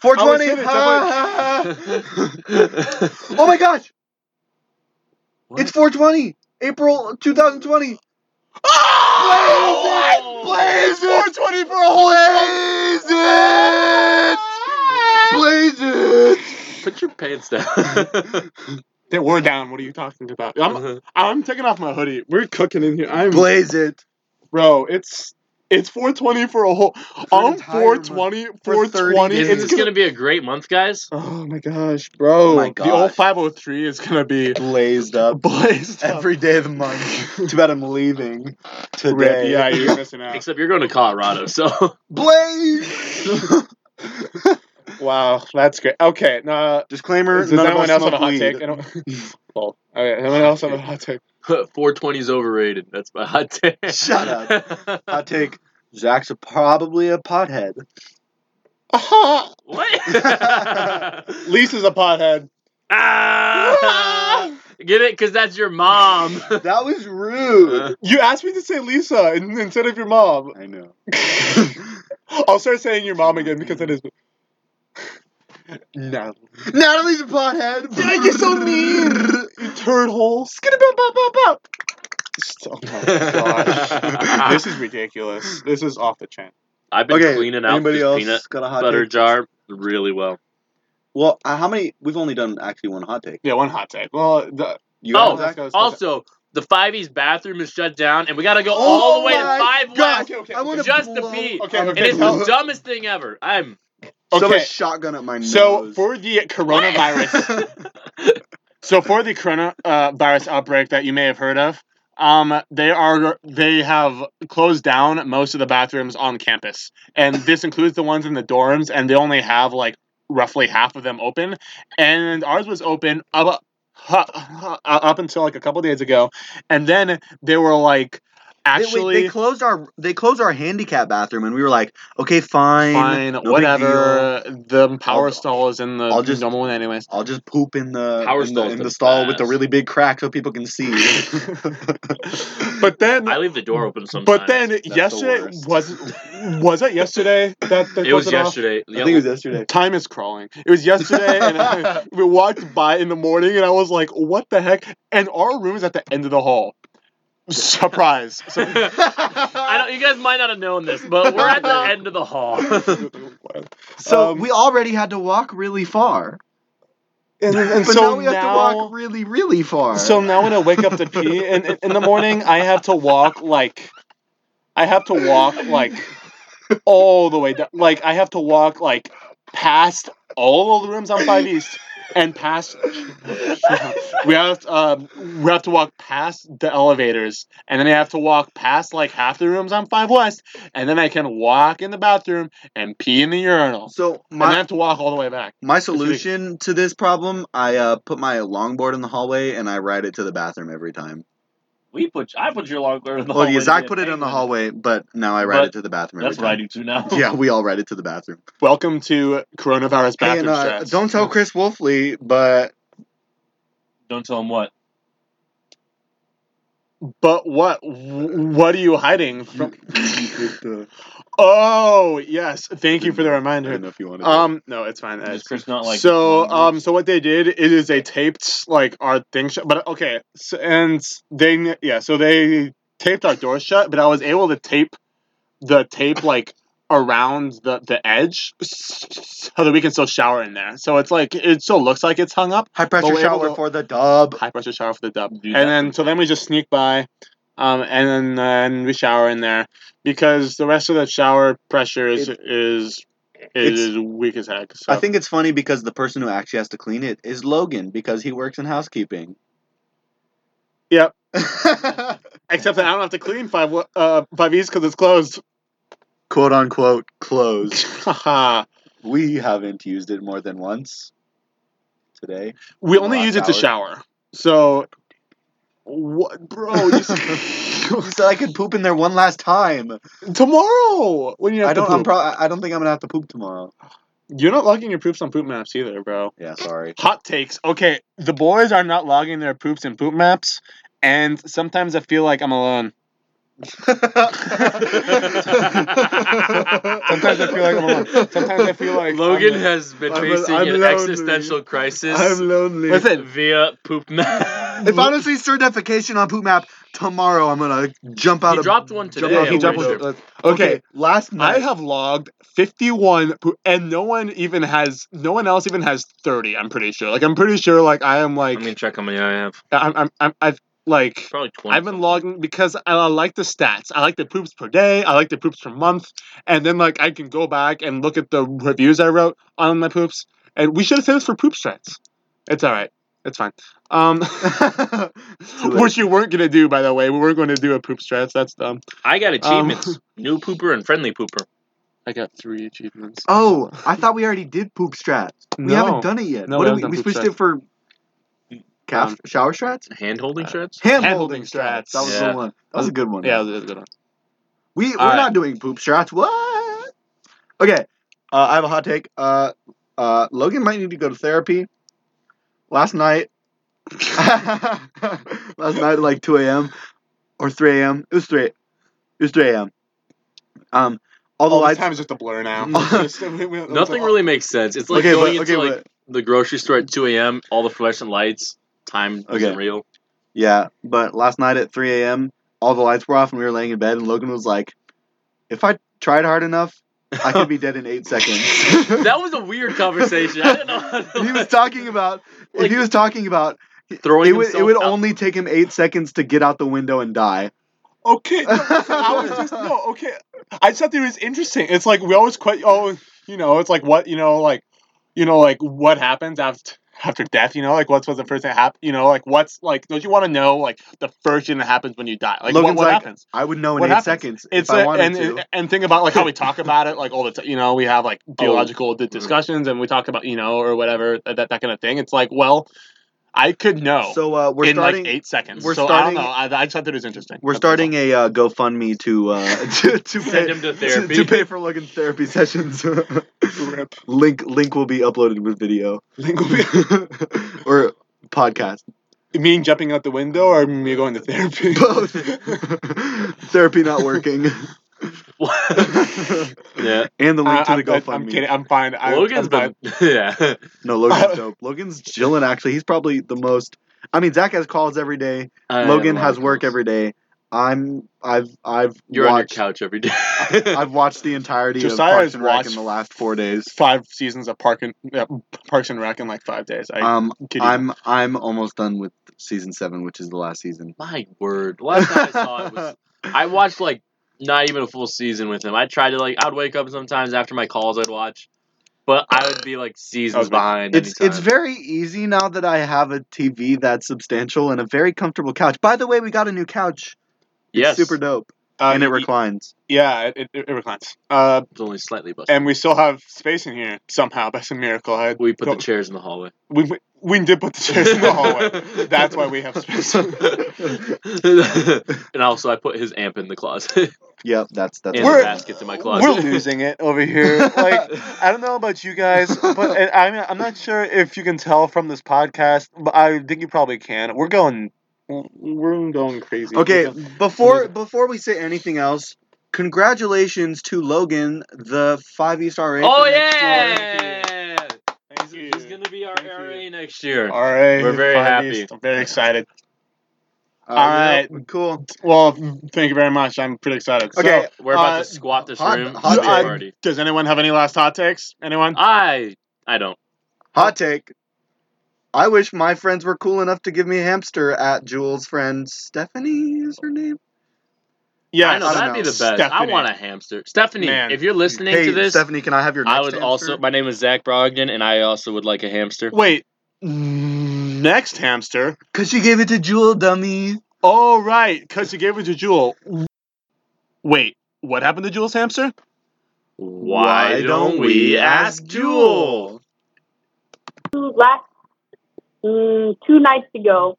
Speaker 3: I would
Speaker 4: 420!
Speaker 3: say that
Speaker 4: ha, ha, ha.
Speaker 2: oh
Speaker 4: oh my gosh!
Speaker 2: What?
Speaker 4: It's 420! April 2020!
Speaker 3: Ah!
Speaker 4: Blaze it!
Speaker 3: 420 for a whole
Speaker 4: Blaze it! Blaze it!
Speaker 2: Put your pants down.
Speaker 3: They were down. What are you talking about? I'm, I'm taking off my hoodie. We're cooking in here. I'm
Speaker 4: Blaze it!
Speaker 3: bro. It's it's 420 for a whole.
Speaker 4: an
Speaker 3: on
Speaker 4: entire
Speaker 3: 420,
Speaker 4: For
Speaker 3: 420.
Speaker 4: 30
Speaker 2: Isn't
Speaker 3: It's
Speaker 2: this
Speaker 3: gonna.
Speaker 2: gonna be a great month, guys?
Speaker 3: Oh my gosh, bro.
Speaker 4: Oh my
Speaker 3: The old
Speaker 4: gosh.
Speaker 3: 503 is gonna be
Speaker 4: Blazed up.
Speaker 3: blazed up.
Speaker 4: Every day of the month. Too bad I'm leaving
Speaker 3: Rip,
Speaker 4: today.
Speaker 3: yeah, you're missing out.
Speaker 2: Except you're going to Colorado, so
Speaker 4: Blaze!
Speaker 3: wow, that's great. Okay, now
Speaker 4: Disclaimer,
Speaker 3: does
Speaker 4: none of us
Speaker 3: anyone else have
Speaker 4: smoke
Speaker 3: a hot
Speaker 4: weed.
Speaker 3: take? I don't. Well, okay, anyone else have a hot take?
Speaker 2: 420 is overrated. That's my hot take.
Speaker 4: Shut
Speaker 2: up.
Speaker 4: Hot take. Zach's probably a pothead.
Speaker 3: Uh-huh.
Speaker 2: what?
Speaker 3: Lisa's a pothead.
Speaker 2: ah! Get it? Because that's your mom.
Speaker 4: That was rude.
Speaker 3: You asked me to say Lisa in- instead of your mom.
Speaker 4: I know.
Speaker 3: I'll start saying your mom again because that is. no.
Speaker 4: Natalie's a pothead.
Speaker 3: Did I get so mean? You turd hole. Oh my gosh. this is ridiculous. This is off the chain.
Speaker 2: I've been
Speaker 4: Okay.
Speaker 2: cleaning out
Speaker 4: anybody
Speaker 2: this
Speaker 4: else
Speaker 2: peanut
Speaker 4: got a hot
Speaker 2: butter
Speaker 4: take?
Speaker 2: jar really well.
Speaker 4: Well, uh, how many? We've only done actually one hot take.
Speaker 3: Yeah, one hot take. Well, the,
Speaker 4: You
Speaker 2: Oh,
Speaker 4: got
Speaker 3: goes
Speaker 2: Also, the 5E's bathroom is shut down, and we got to go all the way to
Speaker 4: Oh my
Speaker 2: 5
Speaker 4: God.
Speaker 2: West.
Speaker 3: Okay, okay.
Speaker 4: I want
Speaker 2: Just the pee.
Speaker 3: Okay,
Speaker 2: And
Speaker 3: okay.
Speaker 2: it's the dumbest thing ever. I'm.
Speaker 4: So
Speaker 3: Okay.
Speaker 4: much shotgun at my nose.
Speaker 3: so for the coronavirus, so for the coronavirus uh, virus outbreak that you may have heard of, um, they are they have closed down most of the bathrooms on campus, and this includes the ones in the dorms, and they only have like roughly half of them open, and ours was open up up, up until like a couple days ago, and then they were like
Speaker 4: They- wait,
Speaker 3: actually.
Speaker 4: they, closed our they closed our handicap bathroom, and we were like, okay, fine,
Speaker 3: Fine,
Speaker 4: no big deal.
Speaker 3: whatever. The power
Speaker 4: I'll-
Speaker 3: stall is in the
Speaker 4: I'll just-
Speaker 3: normal one, anyways.
Speaker 4: I'll just poop in the
Speaker 2: Power
Speaker 4: in the,
Speaker 2: stall's
Speaker 4: in
Speaker 2: the
Speaker 4: the stall with the
Speaker 2: best.
Speaker 4: really big crack so people can see.
Speaker 3: But then,
Speaker 2: I leave the door open sometimes.
Speaker 3: but then
Speaker 4: the
Speaker 3: yesterday
Speaker 4: worst.
Speaker 3: was was it yesterday that they
Speaker 2: it was
Speaker 3: closed off?
Speaker 2: yesterday.
Speaker 4: I think it was yesterday.
Speaker 3: Time is crawling. It was yesterday, and I, we walked by in the morning, and I was like, "What the heck?" And our room is at the end of the hall. Surprise! So,
Speaker 2: I don't. You guys might not have known this, but we're at the end of the hall.
Speaker 4: So
Speaker 3: Um,
Speaker 4: we already had to walk really far,
Speaker 3: and, and
Speaker 4: but
Speaker 3: so
Speaker 4: now we have to walk really, really far.
Speaker 3: So now when I wake up to pee in, in, in the morning, I have to walk like I have to walk like all the way down. Like I have to walk like past all of the rooms on Five East and past. We have to, um, we have to walk past the elevators, and then I have to walk past like half the rooms on Five West, and then I can walk in the bathroom and pee in the urinal,
Speaker 4: so
Speaker 3: and then I
Speaker 4: my
Speaker 3: have to walk all the way back.
Speaker 4: my solution to this problem, I uh, put my longboard in the hallway and I ride it to the bathroom every time.
Speaker 6: We put I put your longboard in the
Speaker 4: Well,
Speaker 6: hallway.
Speaker 4: yeah,
Speaker 6: to
Speaker 4: Zach
Speaker 6: get
Speaker 4: put it in the
Speaker 6: penguin.
Speaker 4: hallway, but now I ride
Speaker 6: But
Speaker 4: it to the bathroom.
Speaker 6: That's
Speaker 4: every
Speaker 6: what I
Speaker 4: time.
Speaker 6: do too now.
Speaker 4: Yeah, we all ride it to the bathroom.
Speaker 3: Welcome to coronavirus
Speaker 4: Hey, and,
Speaker 3: bathroom
Speaker 4: uh,
Speaker 3: stress.
Speaker 4: don't tell Chris Wolfley, but
Speaker 6: Don't tell him what.
Speaker 3: But what? Wh- What are you hiding
Speaker 4: you,
Speaker 3: from?
Speaker 4: you hit the-
Speaker 3: Oh yes, thank you for the
Speaker 4: I don't
Speaker 3: reminder.
Speaker 4: know if you wanted. to-
Speaker 3: Um, no, it's fine.
Speaker 6: Does
Speaker 3: Ed.
Speaker 6: Chris not like?
Speaker 3: So,
Speaker 6: longboards?
Speaker 3: um, so what they did it is they taped like our thing shut, but okay, so, and they yeah, so they taped our door shut, but I was able to tape the tape like around the the edge so that we can still shower in there. So it's like it still looks like it's hung up.
Speaker 4: high
Speaker 3: but
Speaker 4: pressure
Speaker 3: we're able
Speaker 4: shower
Speaker 3: to-
Speaker 4: for the dub.
Speaker 3: high pressure shower for the dub.
Speaker 6: Do that
Speaker 3: and then so then we just sneak by, um, and then and we shower in there because the rest of the shower pressure is
Speaker 4: It-
Speaker 3: is
Speaker 4: it's-
Speaker 3: is weak as heck. So
Speaker 4: I think it's funny because the person who actually has to clean it is Logan because he works in housekeeping.
Speaker 3: Yep.
Speaker 4: "Quote
Speaker 3: except that I don't have to clean five wa- uh five E's because it's closed.
Speaker 4: unquote closed."
Speaker 3: Haha.
Speaker 4: We haven't used it more than once today.
Speaker 3: we only
Speaker 4: Last
Speaker 3: use it to
Speaker 4: hour.
Speaker 3: shower. So what, bro? Oh, You
Speaker 4: You
Speaker 3: s-
Speaker 4: said I could poop in there one last time.
Speaker 3: tomorrow when you have
Speaker 4: I
Speaker 3: to
Speaker 4: don't. I'm
Speaker 3: poop.
Speaker 4: pro- I don't think I'm gonna have to poop tomorrow.
Speaker 3: You're not logging your poops on poop maps either, bro.
Speaker 4: Yeah, sorry.
Speaker 3: Hot takes. Okay, the boys are not logging their poops in poop maps, and sometimes I feel like I'm alone.
Speaker 4: Sometimes
Speaker 3: I feel like I'm alone. Sometimes I feel like
Speaker 2: Logan
Speaker 3: I'm-
Speaker 2: has been
Speaker 4: I'm-
Speaker 2: facing
Speaker 4: I'm
Speaker 2: an
Speaker 4: lonely.
Speaker 2: existential crisis
Speaker 4: I'm lonely.
Speaker 3: Listen,
Speaker 2: via poop map.
Speaker 4: If I don't see certification on Poop Map tomorrow, I'm gonna jump out
Speaker 2: he
Speaker 4: of.
Speaker 2: dropped one
Speaker 4: jump
Speaker 2: today.
Speaker 4: out-
Speaker 3: he
Speaker 2: at
Speaker 3: dropped one
Speaker 2: worship.
Speaker 3: today.
Speaker 4: Okay,
Speaker 3: okay.
Speaker 4: last night.
Speaker 3: I have logged 51 poo- and no one even has no one else even has 30, I'm pretty sure. Like I'm pretty sure like I am like
Speaker 2: I'm gonna check how many I have.
Speaker 3: I'm I'm, I'm I've like
Speaker 2: Probably twenty.
Speaker 3: I've been logging because I, I like the stats. I like the poops per day. I like the poops per month. And then like I can go back and look at the reviews I wrote on my poops. And we should have said this for poop strats. It's all right. It's fine. Um,
Speaker 4: late.
Speaker 3: which you weren't gonna do, by the way. We weren't going to do a poop strats. That's dumb.
Speaker 2: I got achievements:
Speaker 3: Um,
Speaker 2: new pooper and friendly pooper.
Speaker 3: I got three achievements.
Speaker 4: oh, I thought we already did poop strat. We
Speaker 3: No.
Speaker 4: haven't done it yet.
Speaker 3: No,
Speaker 4: what
Speaker 3: we
Speaker 4: did
Speaker 3: haven't
Speaker 4: we,
Speaker 3: done
Speaker 4: we
Speaker 3: poop
Speaker 4: switched
Speaker 3: strat.
Speaker 4: it for
Speaker 2: Mm.
Speaker 4: calf
Speaker 3: Um,
Speaker 4: shower strats,
Speaker 2: Hand holding
Speaker 3: uh,
Speaker 2: shreds.
Speaker 4: hand
Speaker 3: hand-holding
Speaker 4: holding strats.
Speaker 3: strats.
Speaker 4: That was
Speaker 2: Yeah.
Speaker 4: the one. That was a good one.
Speaker 3: Yeah, that was a good one.
Speaker 4: We we're
Speaker 3: All right.
Speaker 4: not doing poop shots. What? Okay. Uh, I have a hot take. Uh, uh, Logan might need to go to therapy. Last night, last night at like two a.m. or three a.m. It was three. It was three a.m. Um, all the
Speaker 3: All Oh, the
Speaker 4: lights.
Speaker 3: time is just a blur now.
Speaker 4: Just-
Speaker 2: Nothing really makes sense. It's like
Speaker 4: okay,
Speaker 2: going
Speaker 4: but,
Speaker 2: into
Speaker 4: okay,
Speaker 2: like
Speaker 4: but,
Speaker 2: the grocery store at 2 a.m. All the fluorescent lights. Time
Speaker 4: Okay.
Speaker 2: isn't real.
Speaker 4: yeah. But last night at three a.m., all the lights were off, and we were laying in bed, and Logan was like, "If I tried hard enough, I could be dead in eight seconds."
Speaker 2: That was a weird conversation. I don't know. How to,
Speaker 4: he was talking about if
Speaker 2: Like-
Speaker 4: he was talking about
Speaker 2: throwing
Speaker 4: it would it
Speaker 2: himself
Speaker 4: would
Speaker 2: out.
Speaker 4: only take him eight seconds to get out the window and die.
Speaker 3: Okay, no, listen, I was just no. Okay, I just thought it was interesting. It's like we always quite oh, you know, it's like what you know, like you know, like what happens after after death. You know, like what's what's the first thing happen? You know, like what's like don't you want to know like the first thing that happens when you die? Like
Speaker 4: Logan's
Speaker 3: what, what
Speaker 4: like,
Speaker 3: happens?
Speaker 4: I would know in
Speaker 3: What
Speaker 4: eight
Speaker 3: happens?
Speaker 4: seconds
Speaker 3: It's
Speaker 4: if I
Speaker 3: a-
Speaker 4: wanted
Speaker 3: and
Speaker 4: to. Oh,
Speaker 3: and think about like how we talk about it like all the time. You know, we have like biological
Speaker 4: mm-hmm.
Speaker 3: di- discussions and we talk about you know or whatever uh, that that kind of thing. It's like well, I could know.
Speaker 4: so uh, we're
Speaker 3: oh, in
Speaker 4: starting
Speaker 3: like eight seconds.
Speaker 4: we're
Speaker 3: so
Speaker 4: starting-
Speaker 3: I don't know. I, I just thought that it was interesting.
Speaker 4: we're
Speaker 3: That's all.
Speaker 4: starting a uh, GoFundMe to uh, to to
Speaker 2: Send
Speaker 4: pay,
Speaker 2: him
Speaker 4: to,
Speaker 2: to therapy.
Speaker 4: to pay for Logan's therapy sessions. link link will be uploaded with video
Speaker 3: Link will be-
Speaker 4: or podcast
Speaker 3: Me jumping out the window or me going to therapy?
Speaker 4: both therapy not working
Speaker 2: yeah.
Speaker 4: and the link
Speaker 3: I,
Speaker 4: to the
Speaker 3: I'm,
Speaker 4: GoFundMe.
Speaker 3: I'm kidding. I'm fine. I,
Speaker 2: Logan's
Speaker 3: I'm fine.
Speaker 2: been. Yeah.
Speaker 4: No, Logan's dope. Logan's chilling. Actually, he's probably the most. I mean, Zach has calls every day.
Speaker 2: I have
Speaker 4: Logan
Speaker 2: a lot
Speaker 4: has
Speaker 2: of
Speaker 4: work
Speaker 2: calls.
Speaker 4: every day. I'm. I've. I've
Speaker 2: You're
Speaker 4: watched.
Speaker 2: on your couch every day.
Speaker 4: I've watched the entirety
Speaker 3: Josiah
Speaker 4: of Parks
Speaker 3: has
Speaker 4: and Rec in
Speaker 3: watched-
Speaker 4: the last four days.
Speaker 3: five seasons of Park and, yeah, Parks and Rec in like five days. I
Speaker 4: Um,
Speaker 3: kid you.
Speaker 4: I'm. I'm almost done with season seven, which is the last season.
Speaker 2: My word. Last time I saw it was. I watched like not even a full season with him. I tried to like. I'd wake up sometimes after my calls. I'd watch, but I would be like
Speaker 3: I
Speaker 2: seasons
Speaker 3: was
Speaker 2: behind.
Speaker 4: It's it's
Speaker 2: anytime.
Speaker 4: very easy now that I have a TV that's substantial and a very comfortable couch. By the way, we got a new couch. It's
Speaker 2: yes.
Speaker 4: super dope,
Speaker 3: Uh,
Speaker 4: and it
Speaker 3: y-
Speaker 4: reclines.
Speaker 3: Yeah, it, it, it reclines. Uh,
Speaker 2: It's only slightly busted.
Speaker 3: and we still have space in here somehow. That's a miracle. I,
Speaker 2: we put the
Speaker 3: don't-
Speaker 2: chairs in the hallway.
Speaker 3: we we did put the chairs in the hallway. That's why we have space.
Speaker 2: and also, I put his amp in the closet
Speaker 4: Yep, that's that's.
Speaker 2: and
Speaker 3: We're-
Speaker 2: the baskets in my
Speaker 3: We're
Speaker 2: closet.
Speaker 3: losing it over here. Like I don't know about you guys, but and I'm I'm not sure if you can tell from this podcast, but I think you probably can. We're going, we're going crazy.
Speaker 4: Okay,
Speaker 3: We're going-
Speaker 4: before before we say anything else, congratulations to Logan, the five E star rating.
Speaker 2: oh
Speaker 4: for next
Speaker 2: yeah!
Speaker 3: Thank you.
Speaker 2: He's, he's gonna be our
Speaker 3: Thank you.
Speaker 2: RA next year.
Speaker 3: All right,
Speaker 2: We're very
Speaker 3: Fridays.
Speaker 2: happy.
Speaker 3: I'm very
Speaker 4: year.
Speaker 3: excited. All right.
Speaker 4: yep, Uh, cool.
Speaker 3: Well, thank you very much. I'm pretty excited. So,
Speaker 4: Okay,
Speaker 2: We're about
Speaker 3: uh,
Speaker 2: to squat this
Speaker 4: hot-
Speaker 2: room.
Speaker 4: hot
Speaker 2: Hot
Speaker 4: take.
Speaker 2: party.
Speaker 3: does anyone have any last hot takes? Anyone?
Speaker 2: I I don't.
Speaker 4: Hot take. I wish my friends were cool enough to give me a hamster at Jules' friend Stephanie is her name.
Speaker 3: Yeah,
Speaker 2: I know
Speaker 4: I don't
Speaker 2: that'd
Speaker 4: know.
Speaker 2: be the best. I
Speaker 3: Stephanie.
Speaker 2: want a hamster. Stephanie,
Speaker 3: Man.
Speaker 2: if you're listening
Speaker 4: hey,
Speaker 2: to this,
Speaker 4: Stephanie, can I have your? Next
Speaker 2: I would also.
Speaker 4: hamster?
Speaker 2: My name is Zach Brogdon, and I also would like a hamster.
Speaker 3: Wait, next hamster.
Speaker 4: Cause she gave it to Jewel, dummy.
Speaker 3: All right, because you gave it to Jewel. Wait, what happened to Jewel's hamster?
Speaker 2: Why don't we ask Jewel?
Speaker 5: Two last mm, two nights ago,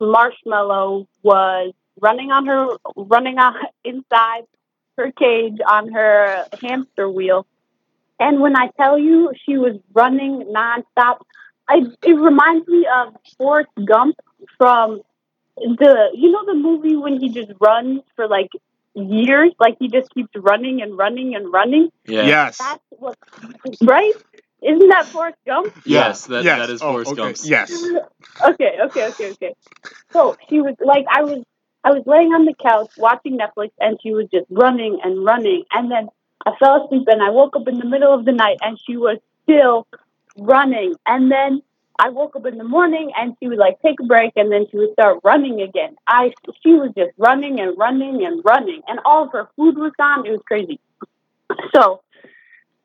Speaker 5: Marshmallow was running on her running on inside her cage on her hamster wheel, And when I tell you she was running nonstop, I, it reminds me of Forrest Gump from the you know the movie when he just runs for like years, like he just keeps running and running and running.
Speaker 2: Yeah.
Speaker 3: Yes.
Speaker 5: That's what right? Isn't that Forrest Gump?
Speaker 2: Yes, that,
Speaker 3: yes.
Speaker 2: that is
Speaker 3: Oh,
Speaker 2: Forrest
Speaker 3: okay.
Speaker 2: Gump's.
Speaker 3: Yes.
Speaker 5: okay, okay, okay, okay. So she was like, I was, I was laying on the couch watching Netflix, and she was just running and running, and then I fell asleep, and I woke up in the middle of the night, and she was still running, and then I woke up in the morning, and she would like take a break, and then she would start running again. I, she was just running and running and running, and all of her food was gone. It was crazy. So.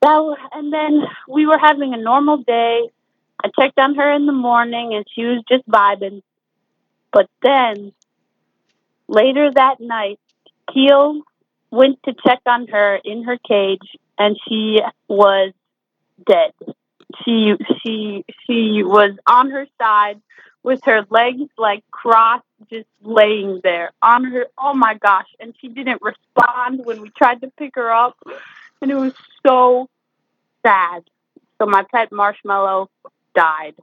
Speaker 5: That, wa- and then we were having a normal day. I checked on her in the morning and she was just vibing. But then later that night, Keel went to check on her in her cage and she was dead. She she she was on her side with her legs like crossed just laying there on her oh my gosh and she didn't respond when we tried to pick her up and it was so sad. So my pet marshmallow died.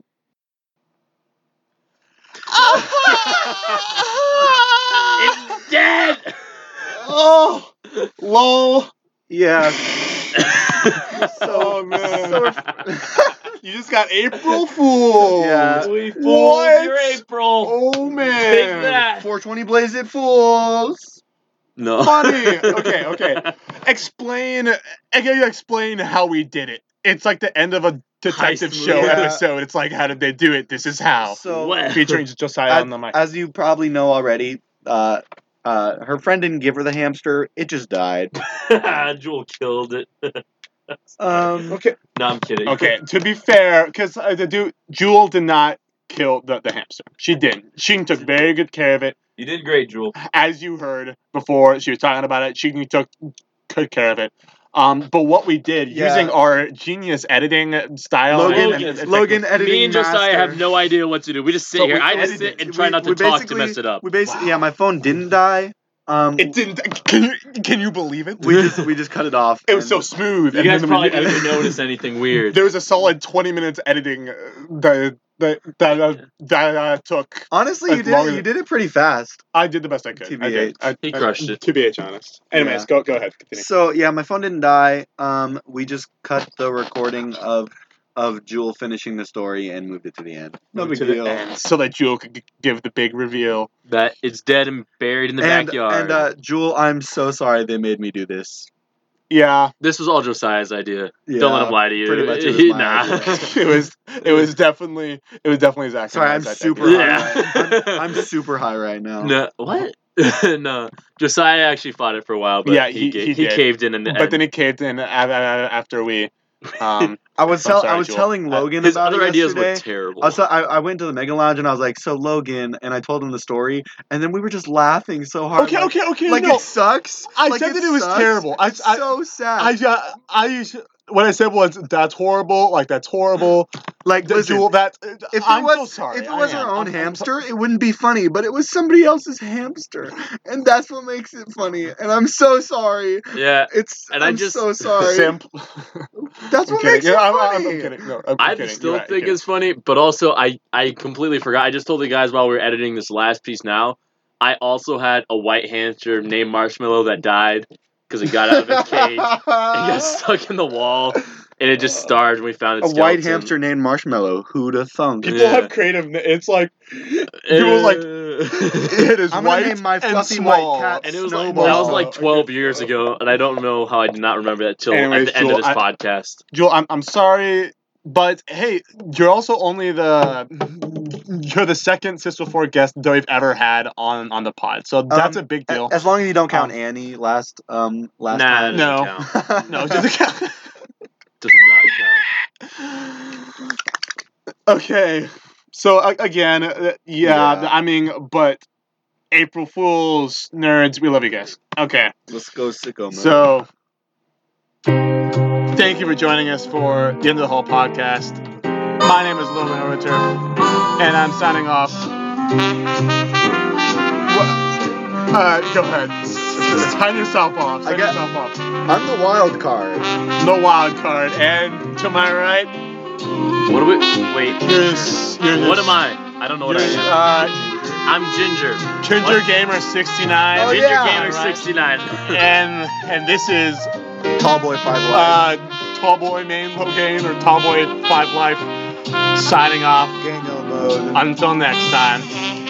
Speaker 2: It's dead.
Speaker 4: Oh, lol. Yeah.
Speaker 3: Oh man. you just got April Fool.
Speaker 4: Yeah.
Speaker 2: we fooled
Speaker 3: What?
Speaker 2: your April.
Speaker 3: Oh man.
Speaker 2: Take that.
Speaker 4: 420 Blaze It Fools.
Speaker 2: No.
Speaker 3: Funny. Okay, okay. Explain. I can you explain how we did it. It's like the end of a detective
Speaker 2: Heist
Speaker 3: show
Speaker 4: movie. Yeah.
Speaker 3: episode. It's like, how did they do it? This is how.
Speaker 4: So,
Speaker 2: Well.
Speaker 3: Featuring Josiah
Speaker 4: as,
Speaker 3: on the mic.
Speaker 4: as you probably know already, uh, uh, her friend didn't give her the hamster. It just died.
Speaker 2: Jewel killed it.
Speaker 4: Um,
Speaker 3: okay.
Speaker 2: no, I'm kidding.
Speaker 3: Okay. To be fair, because uh, the dude Jewel did not kill the, the hamster. She did. She took very good care of it.
Speaker 2: You did great, Jewel.
Speaker 3: as you heard before, she was talking about it. She took good care of it. Um, but what we did
Speaker 4: Yeah.
Speaker 3: using our genius editing style,
Speaker 4: Logan,
Speaker 2: Logan-
Speaker 3: and- and
Speaker 4: Logan
Speaker 3: technique-
Speaker 4: editing
Speaker 2: Me and Josiah
Speaker 4: master.
Speaker 2: have no idea what to do. We just sit
Speaker 4: But
Speaker 2: here.
Speaker 4: we
Speaker 2: I just
Speaker 4: edited
Speaker 2: sit and
Speaker 4: it.
Speaker 2: try
Speaker 4: We-
Speaker 2: not to
Speaker 4: we
Speaker 2: talk to
Speaker 4: basically-
Speaker 2: mess it up.
Speaker 4: we basically,
Speaker 3: Wow.
Speaker 4: yeah, my phone didn't die. Um,
Speaker 3: it didn't. Can you can you believe it?
Speaker 4: we just we just cut it off.
Speaker 3: it was so
Speaker 4: and-
Speaker 3: smooth.
Speaker 2: You
Speaker 3: and
Speaker 2: guys
Speaker 3: then when
Speaker 2: probably didn't even
Speaker 3: edit-
Speaker 2: notice anything weird.
Speaker 3: There was a solid twenty minutes editing uh, that that that, uh, that uh, took.
Speaker 4: honestly, you
Speaker 3: As
Speaker 4: did
Speaker 3: long
Speaker 4: it,
Speaker 3: as-
Speaker 4: you did it pretty fast.
Speaker 3: I did the best I could. I did.
Speaker 4: TBH.
Speaker 3: I,
Speaker 2: He
Speaker 3: I-
Speaker 2: crushed it.
Speaker 3: TBH, honest. Anyways,
Speaker 4: Yeah.
Speaker 3: go go ahead. Continue.
Speaker 4: So yeah, my phone didn't die. Um, we just cut the recording of of Jewel finishing the story and moved it to the end. No big
Speaker 3: to
Speaker 4: deal.
Speaker 3: the end, so that Jewel could g- give the big reveal.
Speaker 2: That it's dead and buried in the
Speaker 4: and,
Speaker 2: backyard.
Speaker 4: And uh, Jewel, I'm so sorry they made me do this.
Speaker 3: Yeah.
Speaker 2: this was all Josiah's idea.
Speaker 4: Yeah,
Speaker 2: Don't let him lie to you.
Speaker 4: pretty much it was
Speaker 2: He-
Speaker 4: my
Speaker 2: nah.
Speaker 4: idea.
Speaker 3: it was it was definitely it was definitely Zach.
Speaker 4: Sorry, I'm
Speaker 3: Snyder's Um,
Speaker 4: super
Speaker 3: idea.
Speaker 2: Yeah.
Speaker 4: I'm super high right now.
Speaker 2: no. What? no. Josiah actually fought it for a while, but
Speaker 3: Yeah,
Speaker 2: he,
Speaker 3: he-
Speaker 2: ga-
Speaker 3: he did.
Speaker 2: caved in in the
Speaker 3: But
Speaker 2: end.
Speaker 3: then it caved in a- a- a- after we. Um,
Speaker 4: I was
Speaker 3: I'm
Speaker 4: tell I
Speaker 3: sorry,
Speaker 4: was
Speaker 3: Jewel.
Speaker 4: telling
Speaker 3: Uh,
Speaker 4: Logan
Speaker 2: His
Speaker 4: about
Speaker 2: other
Speaker 4: it
Speaker 2: ideas
Speaker 4: yesterday.
Speaker 2: were terrible.
Speaker 4: I, was, I I went to the Mega Lounge and I was like, "So Logan," and I told him the story, and then we were just laughing so hard.
Speaker 3: okay,
Speaker 4: like,
Speaker 3: okay, okay.
Speaker 4: Like
Speaker 3: no,
Speaker 4: it sucks.
Speaker 3: I
Speaker 4: like
Speaker 3: said that it was
Speaker 4: sucks.
Speaker 3: terrible. I I,
Speaker 4: so sad.
Speaker 3: I, I, I what I said was that's horrible. Like that's horrible.
Speaker 4: like,
Speaker 3: That
Speaker 4: listen,
Speaker 3: Jewel, that uh,
Speaker 4: if it
Speaker 3: I'm
Speaker 4: was
Speaker 3: so sorry.
Speaker 4: if it
Speaker 3: I
Speaker 4: was
Speaker 3: am.
Speaker 4: our own
Speaker 3: I'm- I'm
Speaker 4: hamster, it wouldn't be funny. But it was somebody else's hamster, and that's what makes it funny. And I'm so sorry.
Speaker 2: yeah.
Speaker 4: It's
Speaker 2: And I
Speaker 4: I'm
Speaker 2: just-
Speaker 4: so
Speaker 3: so-
Speaker 4: sorry.
Speaker 3: Simp.
Speaker 4: That's
Speaker 3: I'm
Speaker 4: what
Speaker 3: kidding.
Speaker 4: makes
Speaker 3: Yeah,
Speaker 4: it
Speaker 3: I'm,
Speaker 4: funny.
Speaker 3: I'm, I'm kidding. No, I'm,
Speaker 2: I
Speaker 3: I'm kidding.
Speaker 2: still
Speaker 3: You're right,
Speaker 2: think
Speaker 3: you're
Speaker 2: it's funny, but also I I completely forgot. I just told the guys while we were editing this last piece now. I also had a white hamster named Marshmallow that died because it got out of its cage. It got stuck in the wall, and it just starved. And we found
Speaker 4: Uh, a
Speaker 2: its
Speaker 4: white
Speaker 2: skeleton.
Speaker 4: hamster named Marshmallow. Who'da thunk?
Speaker 3: People
Speaker 2: Yeah.
Speaker 3: have creative. It's like
Speaker 2: It
Speaker 3: People was like, it is
Speaker 4: I'm gonna
Speaker 3: white
Speaker 4: name my
Speaker 3: and
Speaker 4: fluffy
Speaker 3: small.
Speaker 4: white cat
Speaker 2: and it was like,
Speaker 4: Snowball.
Speaker 2: that was like
Speaker 3: Okay.
Speaker 2: 12 years ago, and I don't know how I did not remember that till at
Speaker 3: Anyways,
Speaker 2: the end
Speaker 3: Joel,
Speaker 2: of this
Speaker 3: I-
Speaker 2: podcast.
Speaker 3: Jewel, I'm, I'm sorry, but hey, you're also only the you're the second Sis Before guest that we've ever had on on the pod, so that's
Speaker 4: Um,
Speaker 3: a big
Speaker 4: A-
Speaker 3: deal.
Speaker 4: As long as you don't count
Speaker 3: Um,
Speaker 4: Annie last um last
Speaker 2: nah,
Speaker 4: time.
Speaker 2: that doesn't
Speaker 3: No.
Speaker 2: count.
Speaker 3: no, it doesn't
Speaker 2: Does not count.
Speaker 3: count. okay, so a- again, uh, yeah,
Speaker 4: Yeah.
Speaker 3: I mean, but April Fools, nerds, we love you guys. Okay.
Speaker 4: Let's go sicko mode.
Speaker 3: So, thank you for joining us for the End of the Hall podcast. My name is Logan Orbiter, and I'm signing off.
Speaker 4: What?
Speaker 3: Alright, uh, go ahead. Sign yourself off. Sign
Speaker 12: I got-
Speaker 3: yourself off.
Speaker 12: I'm the wild card.
Speaker 3: The wild card. And to my right,
Speaker 2: What do we? Wait.
Speaker 3: you're, s- you're
Speaker 2: What
Speaker 3: this-
Speaker 2: am I? I don't know what I
Speaker 3: You're,
Speaker 2: am.
Speaker 3: uh,
Speaker 2: I'm Ginger.
Speaker 3: Ginger
Speaker 2: What?
Speaker 3: Gamer 69.
Speaker 12: Oh,
Speaker 2: Ginger
Speaker 12: yeah.
Speaker 2: Gamer
Speaker 3: Right.
Speaker 2: 69.
Speaker 3: And and this is
Speaker 12: Tallboy Five Live.
Speaker 3: uh, Tallboy Main Logan or Tallboy Five Life signing off.
Speaker 12: Gang mode.
Speaker 3: Until next time.